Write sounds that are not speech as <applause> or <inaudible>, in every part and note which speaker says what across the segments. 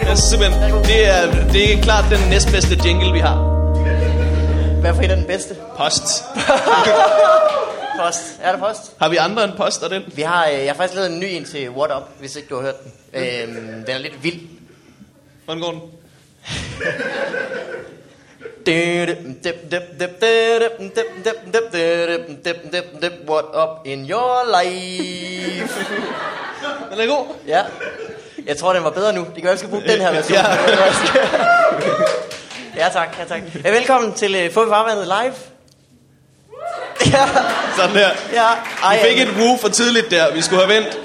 Speaker 1: er simpelthen, det er, det er klart den næstbedste jingle, vi har.
Speaker 2: Hvad for en er den bedste?
Speaker 1: Post.
Speaker 2: Post. Er der post?
Speaker 1: Har vi andre end post og den?
Speaker 2: Vi har, øh, jeg har faktisk lavet en ny en til What Up, hvis ikke du har hørt den. Øhm, den er lidt vild.
Speaker 1: Hvordan går den?
Speaker 2: What up in your life?
Speaker 1: Den er god.
Speaker 2: <laughs> Ja. Jeg tror, den var bedre nu. Det kan være, vi skal bruge den her version.
Speaker 1: Ja.
Speaker 2: ja, tak. Ja, tak. Ja, velkommen til uh, Få i Farvandet Live. <laughs> Ja,
Speaker 1: <laughs> Sådan der.
Speaker 2: ja. Ej,
Speaker 1: Vi fik et woo for tidligt der. Vi skulle have vendt.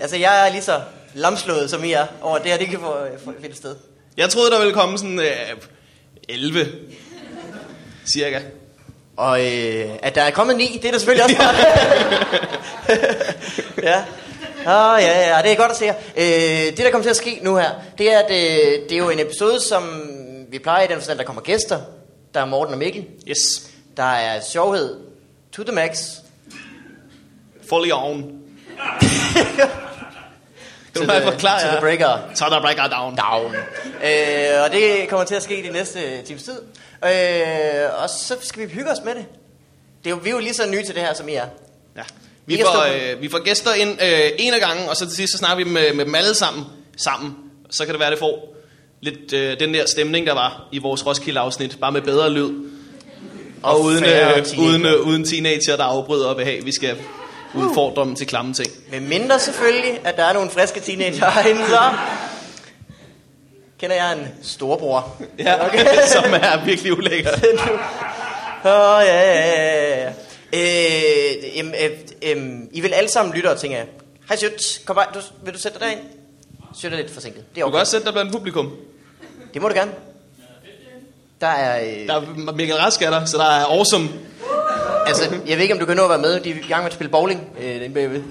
Speaker 2: Altså, jeg er lige så lamslået, som I er over at det her. Det kan få, øh, få finde sted.
Speaker 1: Jeg troede, der ville komme sådan øh, 11. Cirka.
Speaker 2: Og øh, at der er kommet ni, det er der selvfølgelig også godt. ja. Ah, ja, ja, det er godt at se her. Øh, det, der kommer til at ske nu her, det er, at øh, det er jo en episode, som vi plejer i den forstand, der kommer gæster. Der er Morten og Mikkel.
Speaker 1: Yes.
Speaker 2: Der er sjovhed. To the max.
Speaker 1: Fully on.
Speaker 2: To
Speaker 1: <laughs> kan du bare
Speaker 2: the-
Speaker 1: forklare
Speaker 2: To
Speaker 1: jer?
Speaker 2: the breaker.
Speaker 1: Så der breaker down.
Speaker 2: Down. Øh, og det kommer til at ske i de næste times tid. Øh, og så skal vi hygge os med det. det er jo, vi er jo lige så nye til det her, som I er.
Speaker 1: Ja. Vi,
Speaker 2: Ikke at
Speaker 1: får,
Speaker 2: stå på-
Speaker 1: øh, vi får gæster ind øh, en af gangen, og så til sidst så snakker vi med, med dem alle sammen. sammen. Så kan det være, det får lidt øh, den der stemning, der var i vores Roskilde-afsnit. Bare med bedre lyd. Og, og uden,
Speaker 2: færre
Speaker 1: øh,
Speaker 2: teenagere.
Speaker 1: uden, øh, uden teenager, der afbryder og vil have, vi skal udfordre dem til klamme ting.
Speaker 2: Med mindre selvfølgelig, at der er nogle friske teenager herinde, så kender jeg en storbror.
Speaker 1: <laughs> Ja, okay. som er virkelig ulækker.
Speaker 2: Åh, oh, ja, ja, ja, ja, ja. Øh, em, øh, em, I vil alle sammen lytte og tænke, hej Sjøt, kom bare, du, vil du sætte dig derind? Sjøt er lidt forsinket, det er
Speaker 1: Du kan
Speaker 2: okay.
Speaker 1: også sætte dig blandt publikum.
Speaker 2: Det må du gerne. Der er, øh,
Speaker 1: Der er Michael Rask er der, så der er awesome.
Speaker 2: altså, jeg ved ikke, om du kan nå at være med, de er i gang med at spille bowling, øh, den bagved.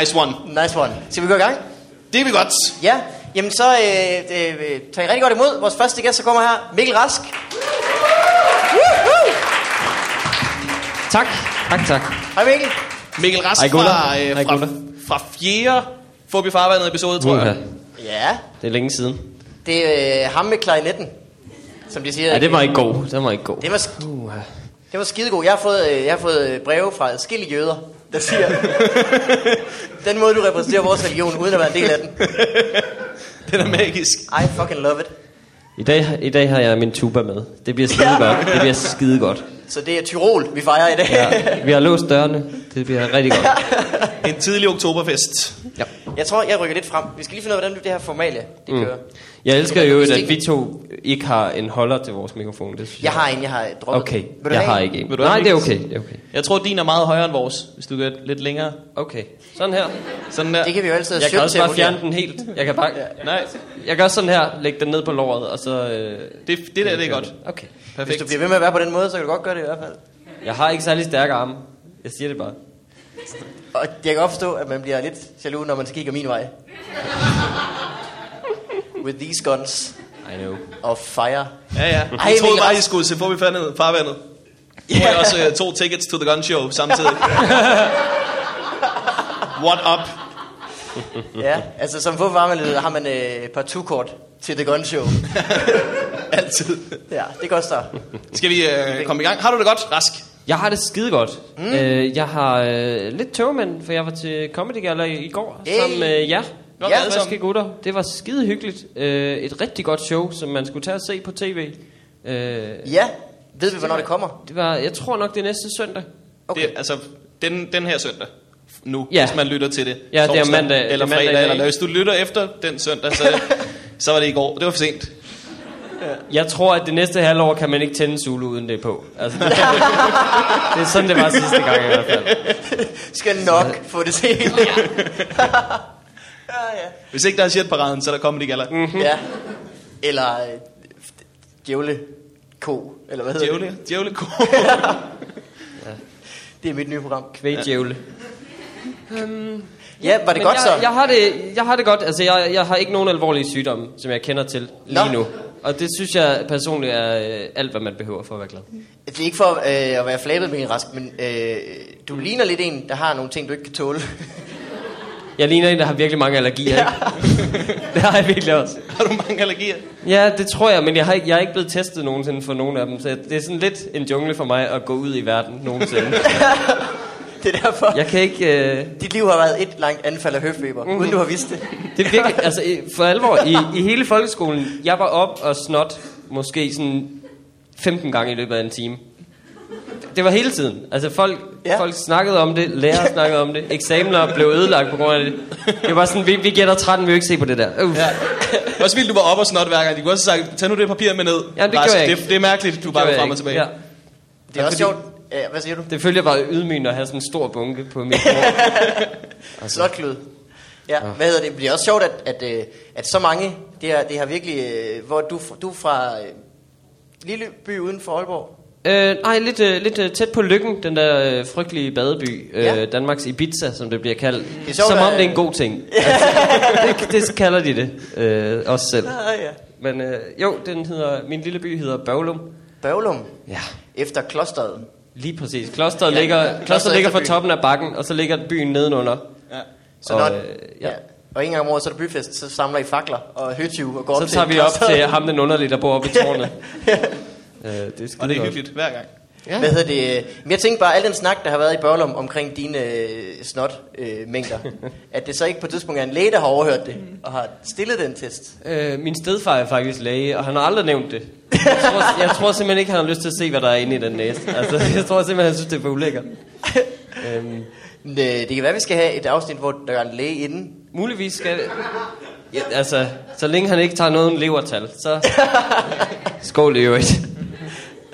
Speaker 1: Nice one.
Speaker 2: Nice one. Skal vi gå i gang?
Speaker 1: Det er vi godt.
Speaker 2: Ja, jamen så øh, øh, øh, tager I rigtig godt imod. Vores første gæst, der kommer her, Mikkel Rask. Woohoo!
Speaker 3: Tak, tak, tak.
Speaker 2: Hej Mikkel.
Speaker 1: Mikkel Rask
Speaker 3: Hej, gutter.
Speaker 1: fra, øh,
Speaker 3: Hej,
Speaker 1: fra,
Speaker 3: gutter.
Speaker 1: fra fjerde Fobi Farvandet episode, tror jeg.
Speaker 3: Uha,
Speaker 2: Ja,
Speaker 3: Det er længe siden.
Speaker 2: det er øh, ham med klarinetten, som de siger.
Speaker 3: Ja, det var ikke god. Det var ikke god.
Speaker 2: Det var, sk-
Speaker 3: Uha.
Speaker 2: det var skidegod. Jeg har fået, øh, jeg har fået øh, breve fra adskillige jøder, der siger, <laughs> den måde du repræsenterer vores religion, uden at være en del af den.
Speaker 1: Den er magisk.
Speaker 2: I fucking love it.
Speaker 3: I dag, I dag har jeg min tuba med. Det bliver skide godt. Det bliver skide godt.
Speaker 2: Så det er Tyrol, vi fejrer i dag.
Speaker 3: Ja, vi har låst dørene. Det bliver rigtig godt.
Speaker 1: En tidlig oktoberfest.
Speaker 3: Ja.
Speaker 2: <laughs> Jeg tror, jeg rykker lidt frem. Vi skal lige finde ud af, hvordan det her formalie det
Speaker 3: Mm.
Speaker 2: kører.
Speaker 3: Jeg elsker jo, at vi to ikke har en holder til vores mikrofon. Det synes
Speaker 2: Jeg har en, jeg har droppet.
Speaker 3: Okay,
Speaker 2: Vil du
Speaker 3: jeg
Speaker 2: have
Speaker 3: har
Speaker 2: en?
Speaker 3: ikke en.
Speaker 1: Vil du have
Speaker 3: Nej,
Speaker 1: en,
Speaker 3: det er
Speaker 1: Mikkel?
Speaker 3: okay. Det er okay.
Speaker 1: Jeg tror, din er meget højere end vores, hvis du gør lidt længere.
Speaker 3: Okay, sådan her.
Speaker 1: Sådan der.
Speaker 2: Det kan vi jo altid have
Speaker 3: Jeg kan
Speaker 2: søgt
Speaker 3: også
Speaker 2: til at
Speaker 3: bare fjerne
Speaker 2: vurdere.
Speaker 3: den helt. Jeg kan bare...
Speaker 1: Nej,
Speaker 3: Jeg kan også sådan her, lægge den ned på låret, og så... Øh,
Speaker 1: det, det der det er godt.
Speaker 3: Okay.
Speaker 2: Hvis
Speaker 1: Perfekt.
Speaker 2: du bliver ved med at være på den måde, så kan du godt gøre det i hvert fald.
Speaker 3: Jeg har ikke særlig stærke arme. Jeg siger det bare.
Speaker 2: Og jeg kan godt forstå, at man bliver lidt jaloux, når man så kigger
Speaker 1: <laughs>
Speaker 2: min vej. With these guns
Speaker 3: I know.
Speaker 2: of fire.
Speaker 1: Ja, ja.
Speaker 2: Ej,
Speaker 1: Jeg troede
Speaker 2: Mikkel
Speaker 1: bare, I
Speaker 2: Rask.
Speaker 1: skulle se Fobi Farvandet. Yeah. Jeg også øh, to tickets to the gun show
Speaker 3: <laughs>
Speaker 1: samtidig. What up?
Speaker 2: <laughs> Ja, altså som forvarmeleder har man øh, et par tukort til The Gun Show.
Speaker 1: Altid.
Speaker 2: Ja, det koster.
Speaker 1: Skal vi øh, komme i gang? Har du det godt, Rask?
Speaker 3: Jeg har det skide godt. Mm. Øh, jeg har øh, lidt tøvmænd, for jeg var til Comedy Gala i i går
Speaker 2: Hey.
Speaker 3: hey. sammen med jer.
Speaker 1: Godt,
Speaker 3: ja,
Speaker 1: alle sammen.
Speaker 3: friske gutter. Det var skide hyggeligt. Øh, et rigtig godt show, som man skulle tage og se på tv. Øh,
Speaker 2: Ja, ved vi, hvornår det kommer?
Speaker 3: det var, jeg tror nok, det er næste søndag.
Speaker 2: Okay.
Speaker 1: Det, er, altså, den, den her søndag. Nu,
Speaker 3: Ja.
Speaker 1: hvis man lytter til det.
Speaker 3: det er mandag. Det
Speaker 1: Eller
Speaker 3: er mandag i
Speaker 1: fredag.
Speaker 3: dag,
Speaker 1: eller,
Speaker 3: ikke?
Speaker 1: hvis du lytter efter den søndag,
Speaker 3: <laughs>
Speaker 1: så, så var det i går. Det var for sent.
Speaker 3: Jeg tror, at det næste halvår kan man ikke tænde Zulu uden det er på. <laughs> Altså, det, det er sådan, det var sidste gang i hvert fald.
Speaker 2: Skal nok få det til. <laughs> ja, ja.
Speaker 1: Hvis ikke der er shitparaden, så er der Comedy Gala. Mm.
Speaker 2: ja. Eller øh, djævle ko, eller hvad hedder det?
Speaker 1: Djævle, djævle ko.
Speaker 2: Det er mit nye program.
Speaker 3: Kvægdjævle.
Speaker 2: Ja, var det
Speaker 3: Men
Speaker 2: godt
Speaker 3: jeg,
Speaker 2: så?
Speaker 3: Jeg har det, jeg har det godt. Altså, jeg, jeg har ikke nogen alvorlige sygdomme, som jeg kender til lige
Speaker 2: Nå.
Speaker 3: nu. Og det synes jeg personligt er øh, alt, hvad man behøver for at være glad.
Speaker 2: Det er ikke for øh, at være flabet, Mikkel Rask, men øh, du ligner lidt en, der har nogle ting, du ikke kan tåle. <laughs>
Speaker 3: Jeg ligner en, der har virkelig mange allergier, ja. <laughs> Det har jeg virkelig også.
Speaker 1: Har du mange allergier?
Speaker 3: Ja, det tror jeg, men jeg, har ikke, jeg er ikke blevet testet nogensinde for nogen af dem, så det er sådan lidt en jungle for mig at gå ud i verden
Speaker 2: <laughs>
Speaker 3: nogensinde.
Speaker 2: det er derfor. Ja.
Speaker 3: Jeg kan ikke... Øh,
Speaker 2: <laughs> Dit liv har været et langt anfald af høfeber,
Speaker 3: Mhm.
Speaker 2: mm-hmm. uden du har vidst det.
Speaker 3: Det er virkelig, altså i- for alvor, i, i hele folkeskolen, jeg var op og snot måske sådan 15 gange i løbet af en time. Det var hele tiden. Altså folk,
Speaker 2: Ja.
Speaker 3: ja. folk snakkede om det, lærere snakkede om det, eksamener blev ødelagt på grund af det. Det var sådan, vi, vi gætter 13, vi vil ikke se på det der. Uh. Ja.
Speaker 1: Også vildt, du var op og snot hver gang. De kunne også have sagt, tag nu det papir med ned.
Speaker 3: Ja, det
Speaker 1: Rask,
Speaker 3: gjorde jeg
Speaker 1: Det,
Speaker 3: ikke.
Speaker 1: det er mærkeligt, du bare går frem og tilbage.
Speaker 3: Ja.
Speaker 2: Det er også
Speaker 1: fordi-
Speaker 2: sjovt. Ja, hvad siger du?
Speaker 3: Det følger bare ydmygende at have sådan en stor bunke på mit bord. Altså.
Speaker 2: Slotklud. Ja, hvad hedder det? Men det er også sjovt, at, at, øh, at så mange, det har, det har virkelig, øh, hvor du, du er fra øh, lille by uden for Aalborg.
Speaker 3: Øh, nej, lidt, øh, lidt øh, tæt på Lykken, den der øh, frygtelige badeby. Øh,
Speaker 2: Ja.
Speaker 3: Danmarks Ibiza, som det bliver kaldt.
Speaker 2: er
Speaker 3: Det
Speaker 2: sjovt, øh,
Speaker 3: som om
Speaker 2: at-
Speaker 3: det er en god
Speaker 2: <laughs>
Speaker 3: ting. Altså, det, det kalder de det øh, også selv.
Speaker 2: Ah, ja.
Speaker 3: Men øh, jo, den hedder, min lille by hedder Bavlum.
Speaker 2: Bøvlum,
Speaker 3: Ja,
Speaker 2: efter klosteret.
Speaker 3: lige præcis. Klosteret
Speaker 2: Ja,
Speaker 3: ja, ligger,
Speaker 2: ja.
Speaker 3: ja.
Speaker 2: Klosteret
Speaker 3: Kloster ligger
Speaker 2: efter
Speaker 3: fra
Speaker 2: byen.
Speaker 3: toppen af bakken, og så ligger byen nedenunder.
Speaker 1: Ja.
Speaker 2: Så
Speaker 3: Og,
Speaker 2: når,
Speaker 3: øh,
Speaker 2: ja.
Speaker 3: ja.
Speaker 2: Ja, og en gang om året, så er der byfest, så samler I fakler og høtyve og går op
Speaker 3: Så
Speaker 2: til
Speaker 3: tager vi op
Speaker 2: klosteret.
Speaker 3: til ham, den underlige, der bor oppe i
Speaker 2: <laughs>
Speaker 3: tårnet. øh, det er
Speaker 1: Og det er
Speaker 3: skidegodt.
Speaker 1: hyggeligt hver gang.
Speaker 2: Ja. Hvad hedder det? øh, Men jeg tænkte bare, al den snak, der har været i Børlum omkring dine øh, snot-mængder, øh, mængder, at det så ikke på et tidspunkt er en læge, der har overhørt det, og har stillet den test.
Speaker 3: Øh, min stedfar er faktisk læge, og han har aldrig nævnt det. Jeg tror, jeg tror simpelthen ikke, han har lyst til at se, hvad der er inde i den næse. Altså, <laughs> jeg tror simpelthen, han synes, det er for ulækkert. Øhm,
Speaker 2: Men, øh, det kan være, vi skal have et afsnit, hvor der er en læge inden.
Speaker 3: muligvis skal det... Ja, altså, så længe han ikke tager noget en levertal, så... Skål i øvrigt.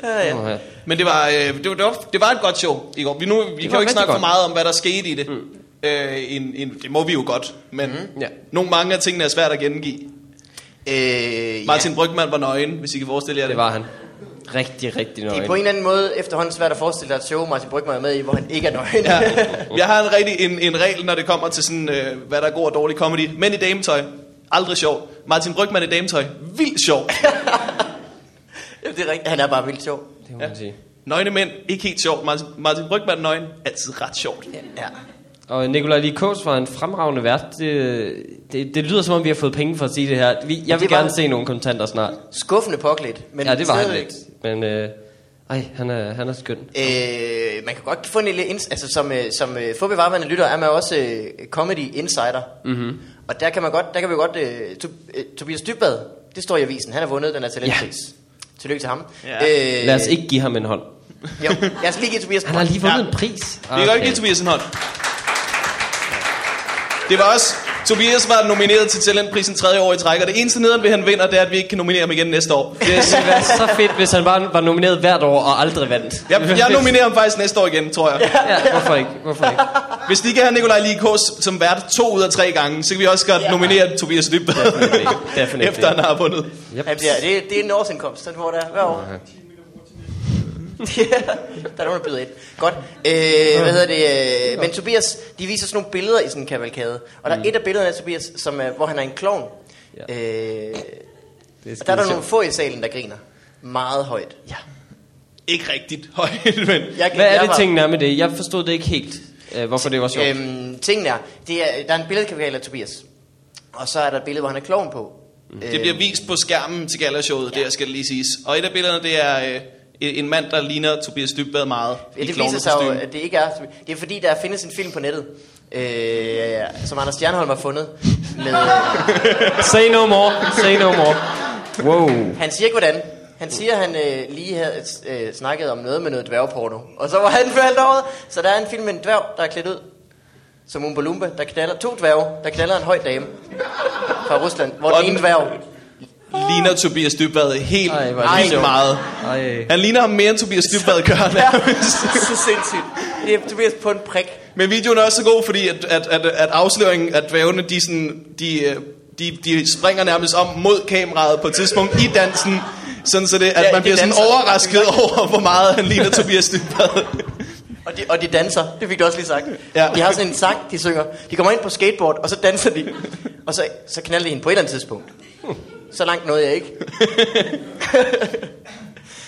Speaker 2: ja.
Speaker 3: Åh, ja.
Speaker 1: Men det var, øh, det, var, det, var, det var et godt show i går. Vi, nu, vi kan jo
Speaker 3: var
Speaker 1: ikke snakke
Speaker 3: rigtig
Speaker 1: for meget om, hvad der skete i det. Mm. Øh, en, en, det må vi jo godt, men mm.
Speaker 3: Ja.
Speaker 1: nogle mange af tingene er svært at gengive.
Speaker 2: Øh,
Speaker 1: Martin ja. Brygman var nøgen, hvis I kan forestille jer det.
Speaker 3: Det var han. Rigtig, rigtig
Speaker 2: Det
Speaker 3: nøje.
Speaker 2: er på en eller anden måde efterhånden svært at forestille dig et show, Martin Brygman er med i, hvor han ikke er nøgen. <laughs>
Speaker 1: Ja.
Speaker 2: Ja.
Speaker 1: Jeg har en rigtig en, en regel, når det kommer til sådan, øh, hvad der er god og dårlig comedy. Mænd i dametøj, aldrig sjov. Martin Brygman i dametøj, vildt sjov.
Speaker 2: det er rigtigt. Han er bare vildt sjov.
Speaker 3: Det må man sige.
Speaker 1: Nøgne mænd, ikke helt sjov. Martin, Martin Brygman nøgen, altid ret sjovt.
Speaker 2: Ja.
Speaker 3: Og Nikolaj Likos var en fremragende vært. Det, det, det lyder, som om vi har fået penge for at sige det her. Vi, jeg vil
Speaker 2: var-
Speaker 3: gerne se nogle kontanter snart.
Speaker 2: Skuffende påklædt. Men
Speaker 3: Ja, det var han
Speaker 2: stadigvæk-
Speaker 3: lidt. Men øh, ej, han er, han er skøn.
Speaker 2: Øh, man kan godt få en lille inds- altså som, øh, som øh, få bevarværende lytter er man også øh, comedy insider. Mm-hmm. Og der kan man godt, der kan vi godt, øh, to, øh, Tobias Dybvad, det står i avisen, han har vundet den her talentpris. Ja. Tillykke til ham.
Speaker 1: Ja.
Speaker 2: Øh,
Speaker 3: Lad os ikke give ham en hånd.
Speaker 2: Jo, lad os lige give Tobias
Speaker 3: <laughs> Han har lige vundet
Speaker 1: Ja.
Speaker 3: ja. en pris.
Speaker 1: Vi kan godt give Tobias en hånd. Det var også... Tobias var nomineret til talentprisen tredje år i træk, og det eneste nederen ved, han vinder, det er, at vi ikke kan nominere ham igen næste år. Det er-
Speaker 3: Det var så fedt, hvis han bare var nomineret hvert år og aldrig vandt.
Speaker 1: Jeg, jeg nominerer ham faktisk næste år igen, tror jeg.
Speaker 3: Ja, hvorfor ikke? Hvorfor ikke?
Speaker 1: Hvis de ikke har Nikolaj Likos som vært to ud af tre gange, så kan vi også godt nominere Tobias Dybvad, <laughs>
Speaker 3: Definitely.
Speaker 1: efter han har vundet.
Speaker 3: Yep.
Speaker 2: Han bliver, det, det er en årsindkomst, den får der hver år. <laughs> Ja, der er nogen, der byder ind. Godt. Øh, hvad hedder det? Øh, men Tobias, de viser sådan nogle billeder i sådan en kavalkade. Og
Speaker 3: Mm.
Speaker 2: der er et af billederne af Tobias, som er, hvor han er en klovn.
Speaker 3: Ja.
Speaker 2: Øh,
Speaker 3: Det
Speaker 2: og der er der nogle få i salen, der griner. Meget højt. Ja.
Speaker 1: Ikke rigtigt højt, men...
Speaker 2: Jeg,
Speaker 3: Hvad er
Speaker 2: jeg
Speaker 3: det
Speaker 2: var-
Speaker 3: tingene er med det? Jeg forstod det ikke helt, øh, hvorfor det var sjovt.
Speaker 2: Øhm, tingen er, det er, der er en billedkavalkade af Tobias. Og så er der et billede, hvor han er klovn på.
Speaker 3: Mm.
Speaker 2: Øh,
Speaker 1: Det bliver vist på skærmen til galashowet, ja. der skal det lige siges. Og et af billederne, det er øh, en en mand, der ligner Tobias Dybvad meget.
Speaker 2: Ja,
Speaker 1: i
Speaker 2: det viser sig jo,
Speaker 1: klovnekostume.
Speaker 2: at det ikke er. Det er fordi, der findes en film på nettet, øh, som Anders Stjernholm har fundet. Med,
Speaker 3: Say no more. Say no more. Wow.
Speaker 2: han siger ikke, hvordan. Han siger, at han øh, lige havde øh, snakket om noget med noget dværgporno. Og så var han faldet over. Så der er en film med en dværg, der er klædt ud som Umba Lumba, der knaller to dværge, der knaller en høj dame fra Rusland, hvor
Speaker 1: Og
Speaker 2: den ene
Speaker 1: den-
Speaker 2: dværg...
Speaker 1: ligner Tobias Dybvad helt
Speaker 3: Ej, hvor er
Speaker 1: Ej,
Speaker 3: det
Speaker 1: vildt
Speaker 3: sjovt.
Speaker 1: meget.
Speaker 3: Ej.
Speaker 1: Han ligner ham mere end Tobias
Speaker 2: <laughs>
Speaker 1: Dybvad gør nærmest.
Speaker 2: så sindssygt. Det er Tobias på en prik.
Speaker 1: Men videoen er også så god, fordi at, at, at, at afsløringen af dvævene, de, sådan, de, øh, de, de springer nærmest om mod kameraet på et tidspunkt i dansen. Sådan så det, at
Speaker 2: Ja,
Speaker 1: ja, man
Speaker 2: de
Speaker 1: bliver sådan
Speaker 2: danser.
Speaker 1: overrasket over, hvor meget han ligner Tobias Dybvad.
Speaker 2: Og de, og de danser, det fik du også lige sagt.
Speaker 1: Ja.
Speaker 2: Ja. De har sådan en sang, de synger. De kommer ind på skateboard, og så danser de. Og så, så knalder de hende på et eller andet tidspunkt. Så langt nåede jeg ikke.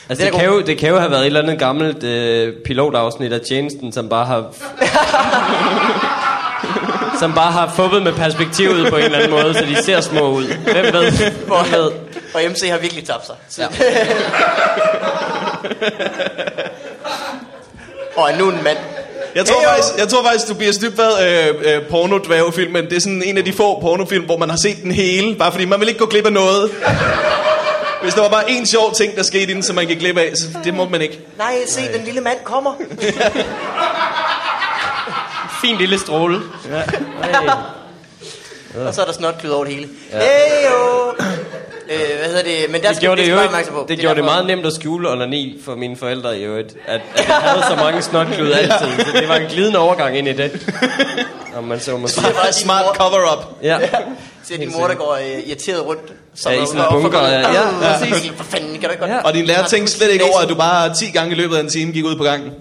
Speaker 3: Altså,
Speaker 2: Det er
Speaker 3: det,
Speaker 2: da
Speaker 3: kan jo, det kan jo have været et eller andet gammelt øh, pilotafsnit af tjenesten, som bare har...
Speaker 2: <laughs>
Speaker 3: som bare har fubbet med perspektivet på en eller anden måde, så de ser små ud. Hvem ved? Hvem ved?
Speaker 2: Og MC har virkelig tabt sig.
Speaker 3: Ja.
Speaker 2: <laughs> Og er nu en mand.
Speaker 1: Jeg tror,
Speaker 2: Heyo!
Speaker 1: faktisk, jeg tror faktisk, Tobias Dybvad, øh, øh, pornodvævefilmen, det er sådan en af de få pornofilm, hvor man har set den hele, bare fordi man vil ikke gå glip af noget. Hvis der var bare en sjov ting, der skete i den, som man gik glip af, så det må man ikke.
Speaker 2: Nej, se, den lille mand kommer.
Speaker 3: Fin lille stråle. Ja. Hey.
Speaker 2: Og så er der snotklud over det hele. Ja. Hey, jo. Øh, hvad hedder det? Men der
Speaker 3: Det gjorde det,
Speaker 2: skal
Speaker 3: jo
Speaker 2: bare
Speaker 3: ikke,
Speaker 2: opmærksom på.
Speaker 3: det, det gjorde det
Speaker 2: derfor-
Speaker 3: meget nemt at skjule onani for mine forældre i øvrigt. At, at jeg havde så mange snotklud altid. Så det var en glidende overgang ind i det. Om man så må sige.
Speaker 2: Det var din
Speaker 1: Smart
Speaker 2: mor-
Speaker 1: cover-up.
Speaker 3: Ja.
Speaker 2: Siger din mor, der går øh, irriteret rundt. Som
Speaker 3: Ja, i sådan en bunker, ja. Ja,
Speaker 2: præcis. For fanden, kan du ikke godt...
Speaker 3: Ja.
Speaker 1: Og din lærer tænkte slet ikke over, at du bare 10 gange i løbet af en time gik ud på gangen.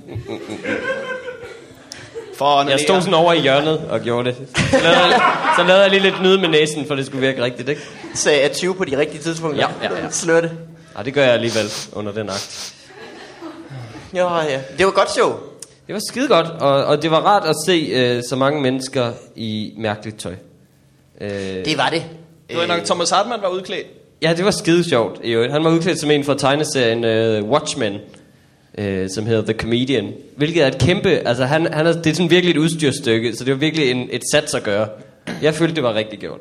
Speaker 1: For at
Speaker 3: Jeg stod sådan over i hjørnet og gjorde det. Så lavede, jeg, så lavede jeg lige lidt nyde med næsen, for det skulle virke rigtigt, ikke?
Speaker 2: Sagde at 20 på de rigtige tidspunkter.
Speaker 3: Ja, ja, ja.
Speaker 2: Slør det.
Speaker 3: Ej, det gør jeg alligevel under den akt.
Speaker 2: Jo, ja. Det var godt show.
Speaker 3: Det var skide godt, og, og det var rart at se øh, så mange mennesker i mærkeligt tøj. Øh,
Speaker 2: Det var det.
Speaker 1: Det var nok, Thomas Hartmann var udklædt.
Speaker 3: Ja, det var skide sjovt. i øvrigt. Han var udklædt som en fra tegneserien uh, Watchmen, uh, som hedder The Comedian. Hvilket er et kæmpe... Altså, han, han er, det er sådan virkelig et udstyrsstykke, så det var virkelig en, et sats at gøre. Jeg følte, det var rigtig gjort.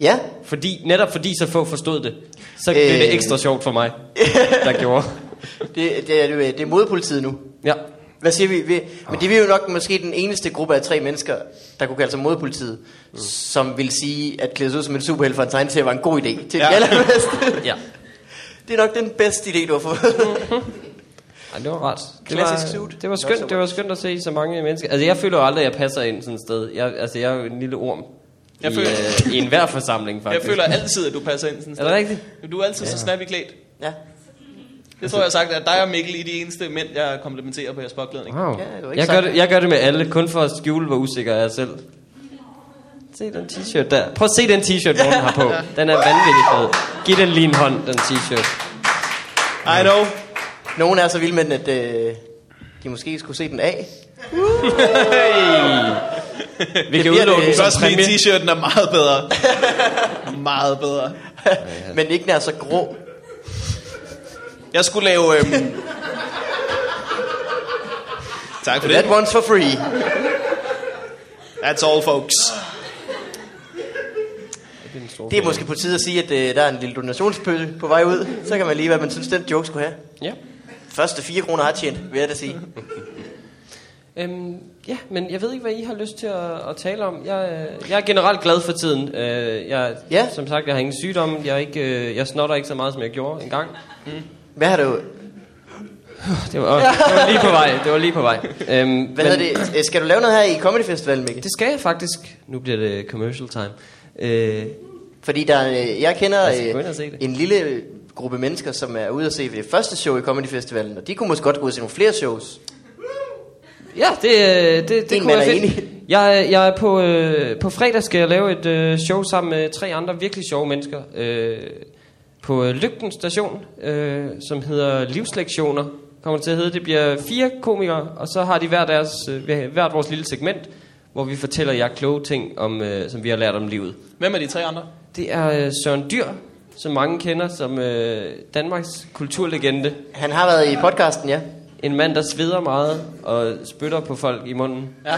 Speaker 2: Ja.
Speaker 3: Fordi, netop fordi så få forstod det, så øh... blev det
Speaker 2: Øh.
Speaker 3: ekstra sjovt for mig,
Speaker 1: <laughs>
Speaker 3: der gjorde.
Speaker 2: Det, det, er, øh, det er- det er modpolitiet nu.
Speaker 3: Ja.
Speaker 2: Hvad siger vi? vi men det er vi jo nok måske den eneste gruppe af tre mennesker, der kunne kalde sig modpolitiet, mm. som vil sige, at klæde sig ud som en superhelt for en tegneserie var en god idé til ja.
Speaker 1: Ja.
Speaker 2: de allerbedste.
Speaker 3: Ja.
Speaker 2: <laughs> Det er nok den bedste idé, du har fået.
Speaker 3: Ej, det var rart. Det
Speaker 2: Klassisk
Speaker 3: var,
Speaker 2: suit.
Speaker 3: Det var
Speaker 2: Nå, så
Speaker 3: skønt, det var skønt at se så mange mennesker. Altså, jeg føler jo aldrig, at jeg passer ind sådan et sted. Jeg, altså, jeg er jo en lille orm.
Speaker 1: Jeg
Speaker 3: i,
Speaker 1: føler-
Speaker 3: øh, i enhver
Speaker 1: <laughs>
Speaker 3: forsamling,
Speaker 1: Jeg
Speaker 3: faktisk.
Speaker 1: føler altid, at du passer ind sådan
Speaker 3: Er det rigtigt?
Speaker 1: Du er altid så snappy klædt.
Speaker 2: ja.
Speaker 1: Det tror jeg har sagt, at dig og Mikkel er de eneste mænd, jeg komplimenterer på jeres påklædning.
Speaker 3: Wow.
Speaker 2: Ja, det var ikke
Speaker 3: jeg,
Speaker 2: sagt.
Speaker 3: gør det, jeg gør det med alle, kun for at skjule, hvor usikker jeg er selv. Se den t-shirt der. Prøv at se den t-shirt, Morten har på.
Speaker 2: <laughs>
Speaker 3: Den er vanvittig fed. Giv den lige en hånd, den t-shirt.
Speaker 1: I know.
Speaker 2: Nogle er så vilde med den, at øh, de måske skulle se den af.
Speaker 3: Vi kan
Speaker 2: bliver
Speaker 3: udlåne
Speaker 2: det-
Speaker 3: den som
Speaker 1: Først lige
Speaker 3: præmie.
Speaker 1: t-shirten er meget
Speaker 3: <laughs>
Speaker 1: bedre. meget bedre.
Speaker 2: Men ikke nær så grå.
Speaker 1: Jeg skulle lave... Øhm... tak for det.
Speaker 2: That one's for free.
Speaker 1: That's all, folks.
Speaker 2: Det er måske på tide at sige, at øh, der er en lille donationspøl på vej ud. Så kan man lige, hvad man synes, den joke skulle have.
Speaker 3: Ja.
Speaker 2: Første 4 kroner har tjent, vil jeg da sige.
Speaker 3: Øhm, ja, men jeg ved ikke, hvad I har lyst til at, at tale om. Jeg, øh, jeg er generelt glad for tiden. Øh, jeg,
Speaker 2: Ja.
Speaker 3: Som sagt, jeg har ingen sygdomme. Jeg, er ikke, øh, jeg snotter ikke så meget, som jeg gjorde
Speaker 2: <laughs>
Speaker 3: engang.
Speaker 2: Hvad har du...
Speaker 3: Det var, det var lige på vej. Det var lige på vej. Øhm,
Speaker 2: Hvad men... hedder det? Øh, Skal du lave noget her i Comedy Festival, Mikkel?
Speaker 3: Det skal jeg faktisk. Nu bliver det commercial time. Øh,
Speaker 2: Fordi der, er, øh, jeg kender
Speaker 3: Jeg skal gå ind og se
Speaker 2: øh,
Speaker 3: det.
Speaker 2: en lille øh, gruppe mennesker, som er ude at se det første show i Comedy Festivalen, og de kunne måske godt gå ud og se nogle flere shows.
Speaker 3: ja, det, øh, det, det
Speaker 2: En
Speaker 3: kunne
Speaker 2: mand
Speaker 3: være
Speaker 2: er
Speaker 3: fedt. Jeg, er- jeg er på, øh, på fredag skal jeg lave et øh, show sammen med tre andre virkelig sjove mennesker øh, på øh, Lygten station, øh, som hedder Livslektioner. Kommer det til at hedde. Det bliver fire komikere, og så har de hver deres, øh, hver- hvert vores lille segment, hvor vi fortæller jer kloge ting, om, øh, som vi har lært om livet.
Speaker 1: Hvem er de tre andre?
Speaker 3: Det er øh, Søren Dyr, som mange kender som øh, Danmarks kulturlegende.
Speaker 2: Han har været i podcasten, ja.
Speaker 3: En mand, der sveder meget og spytter på folk i munden.
Speaker 1: Ja.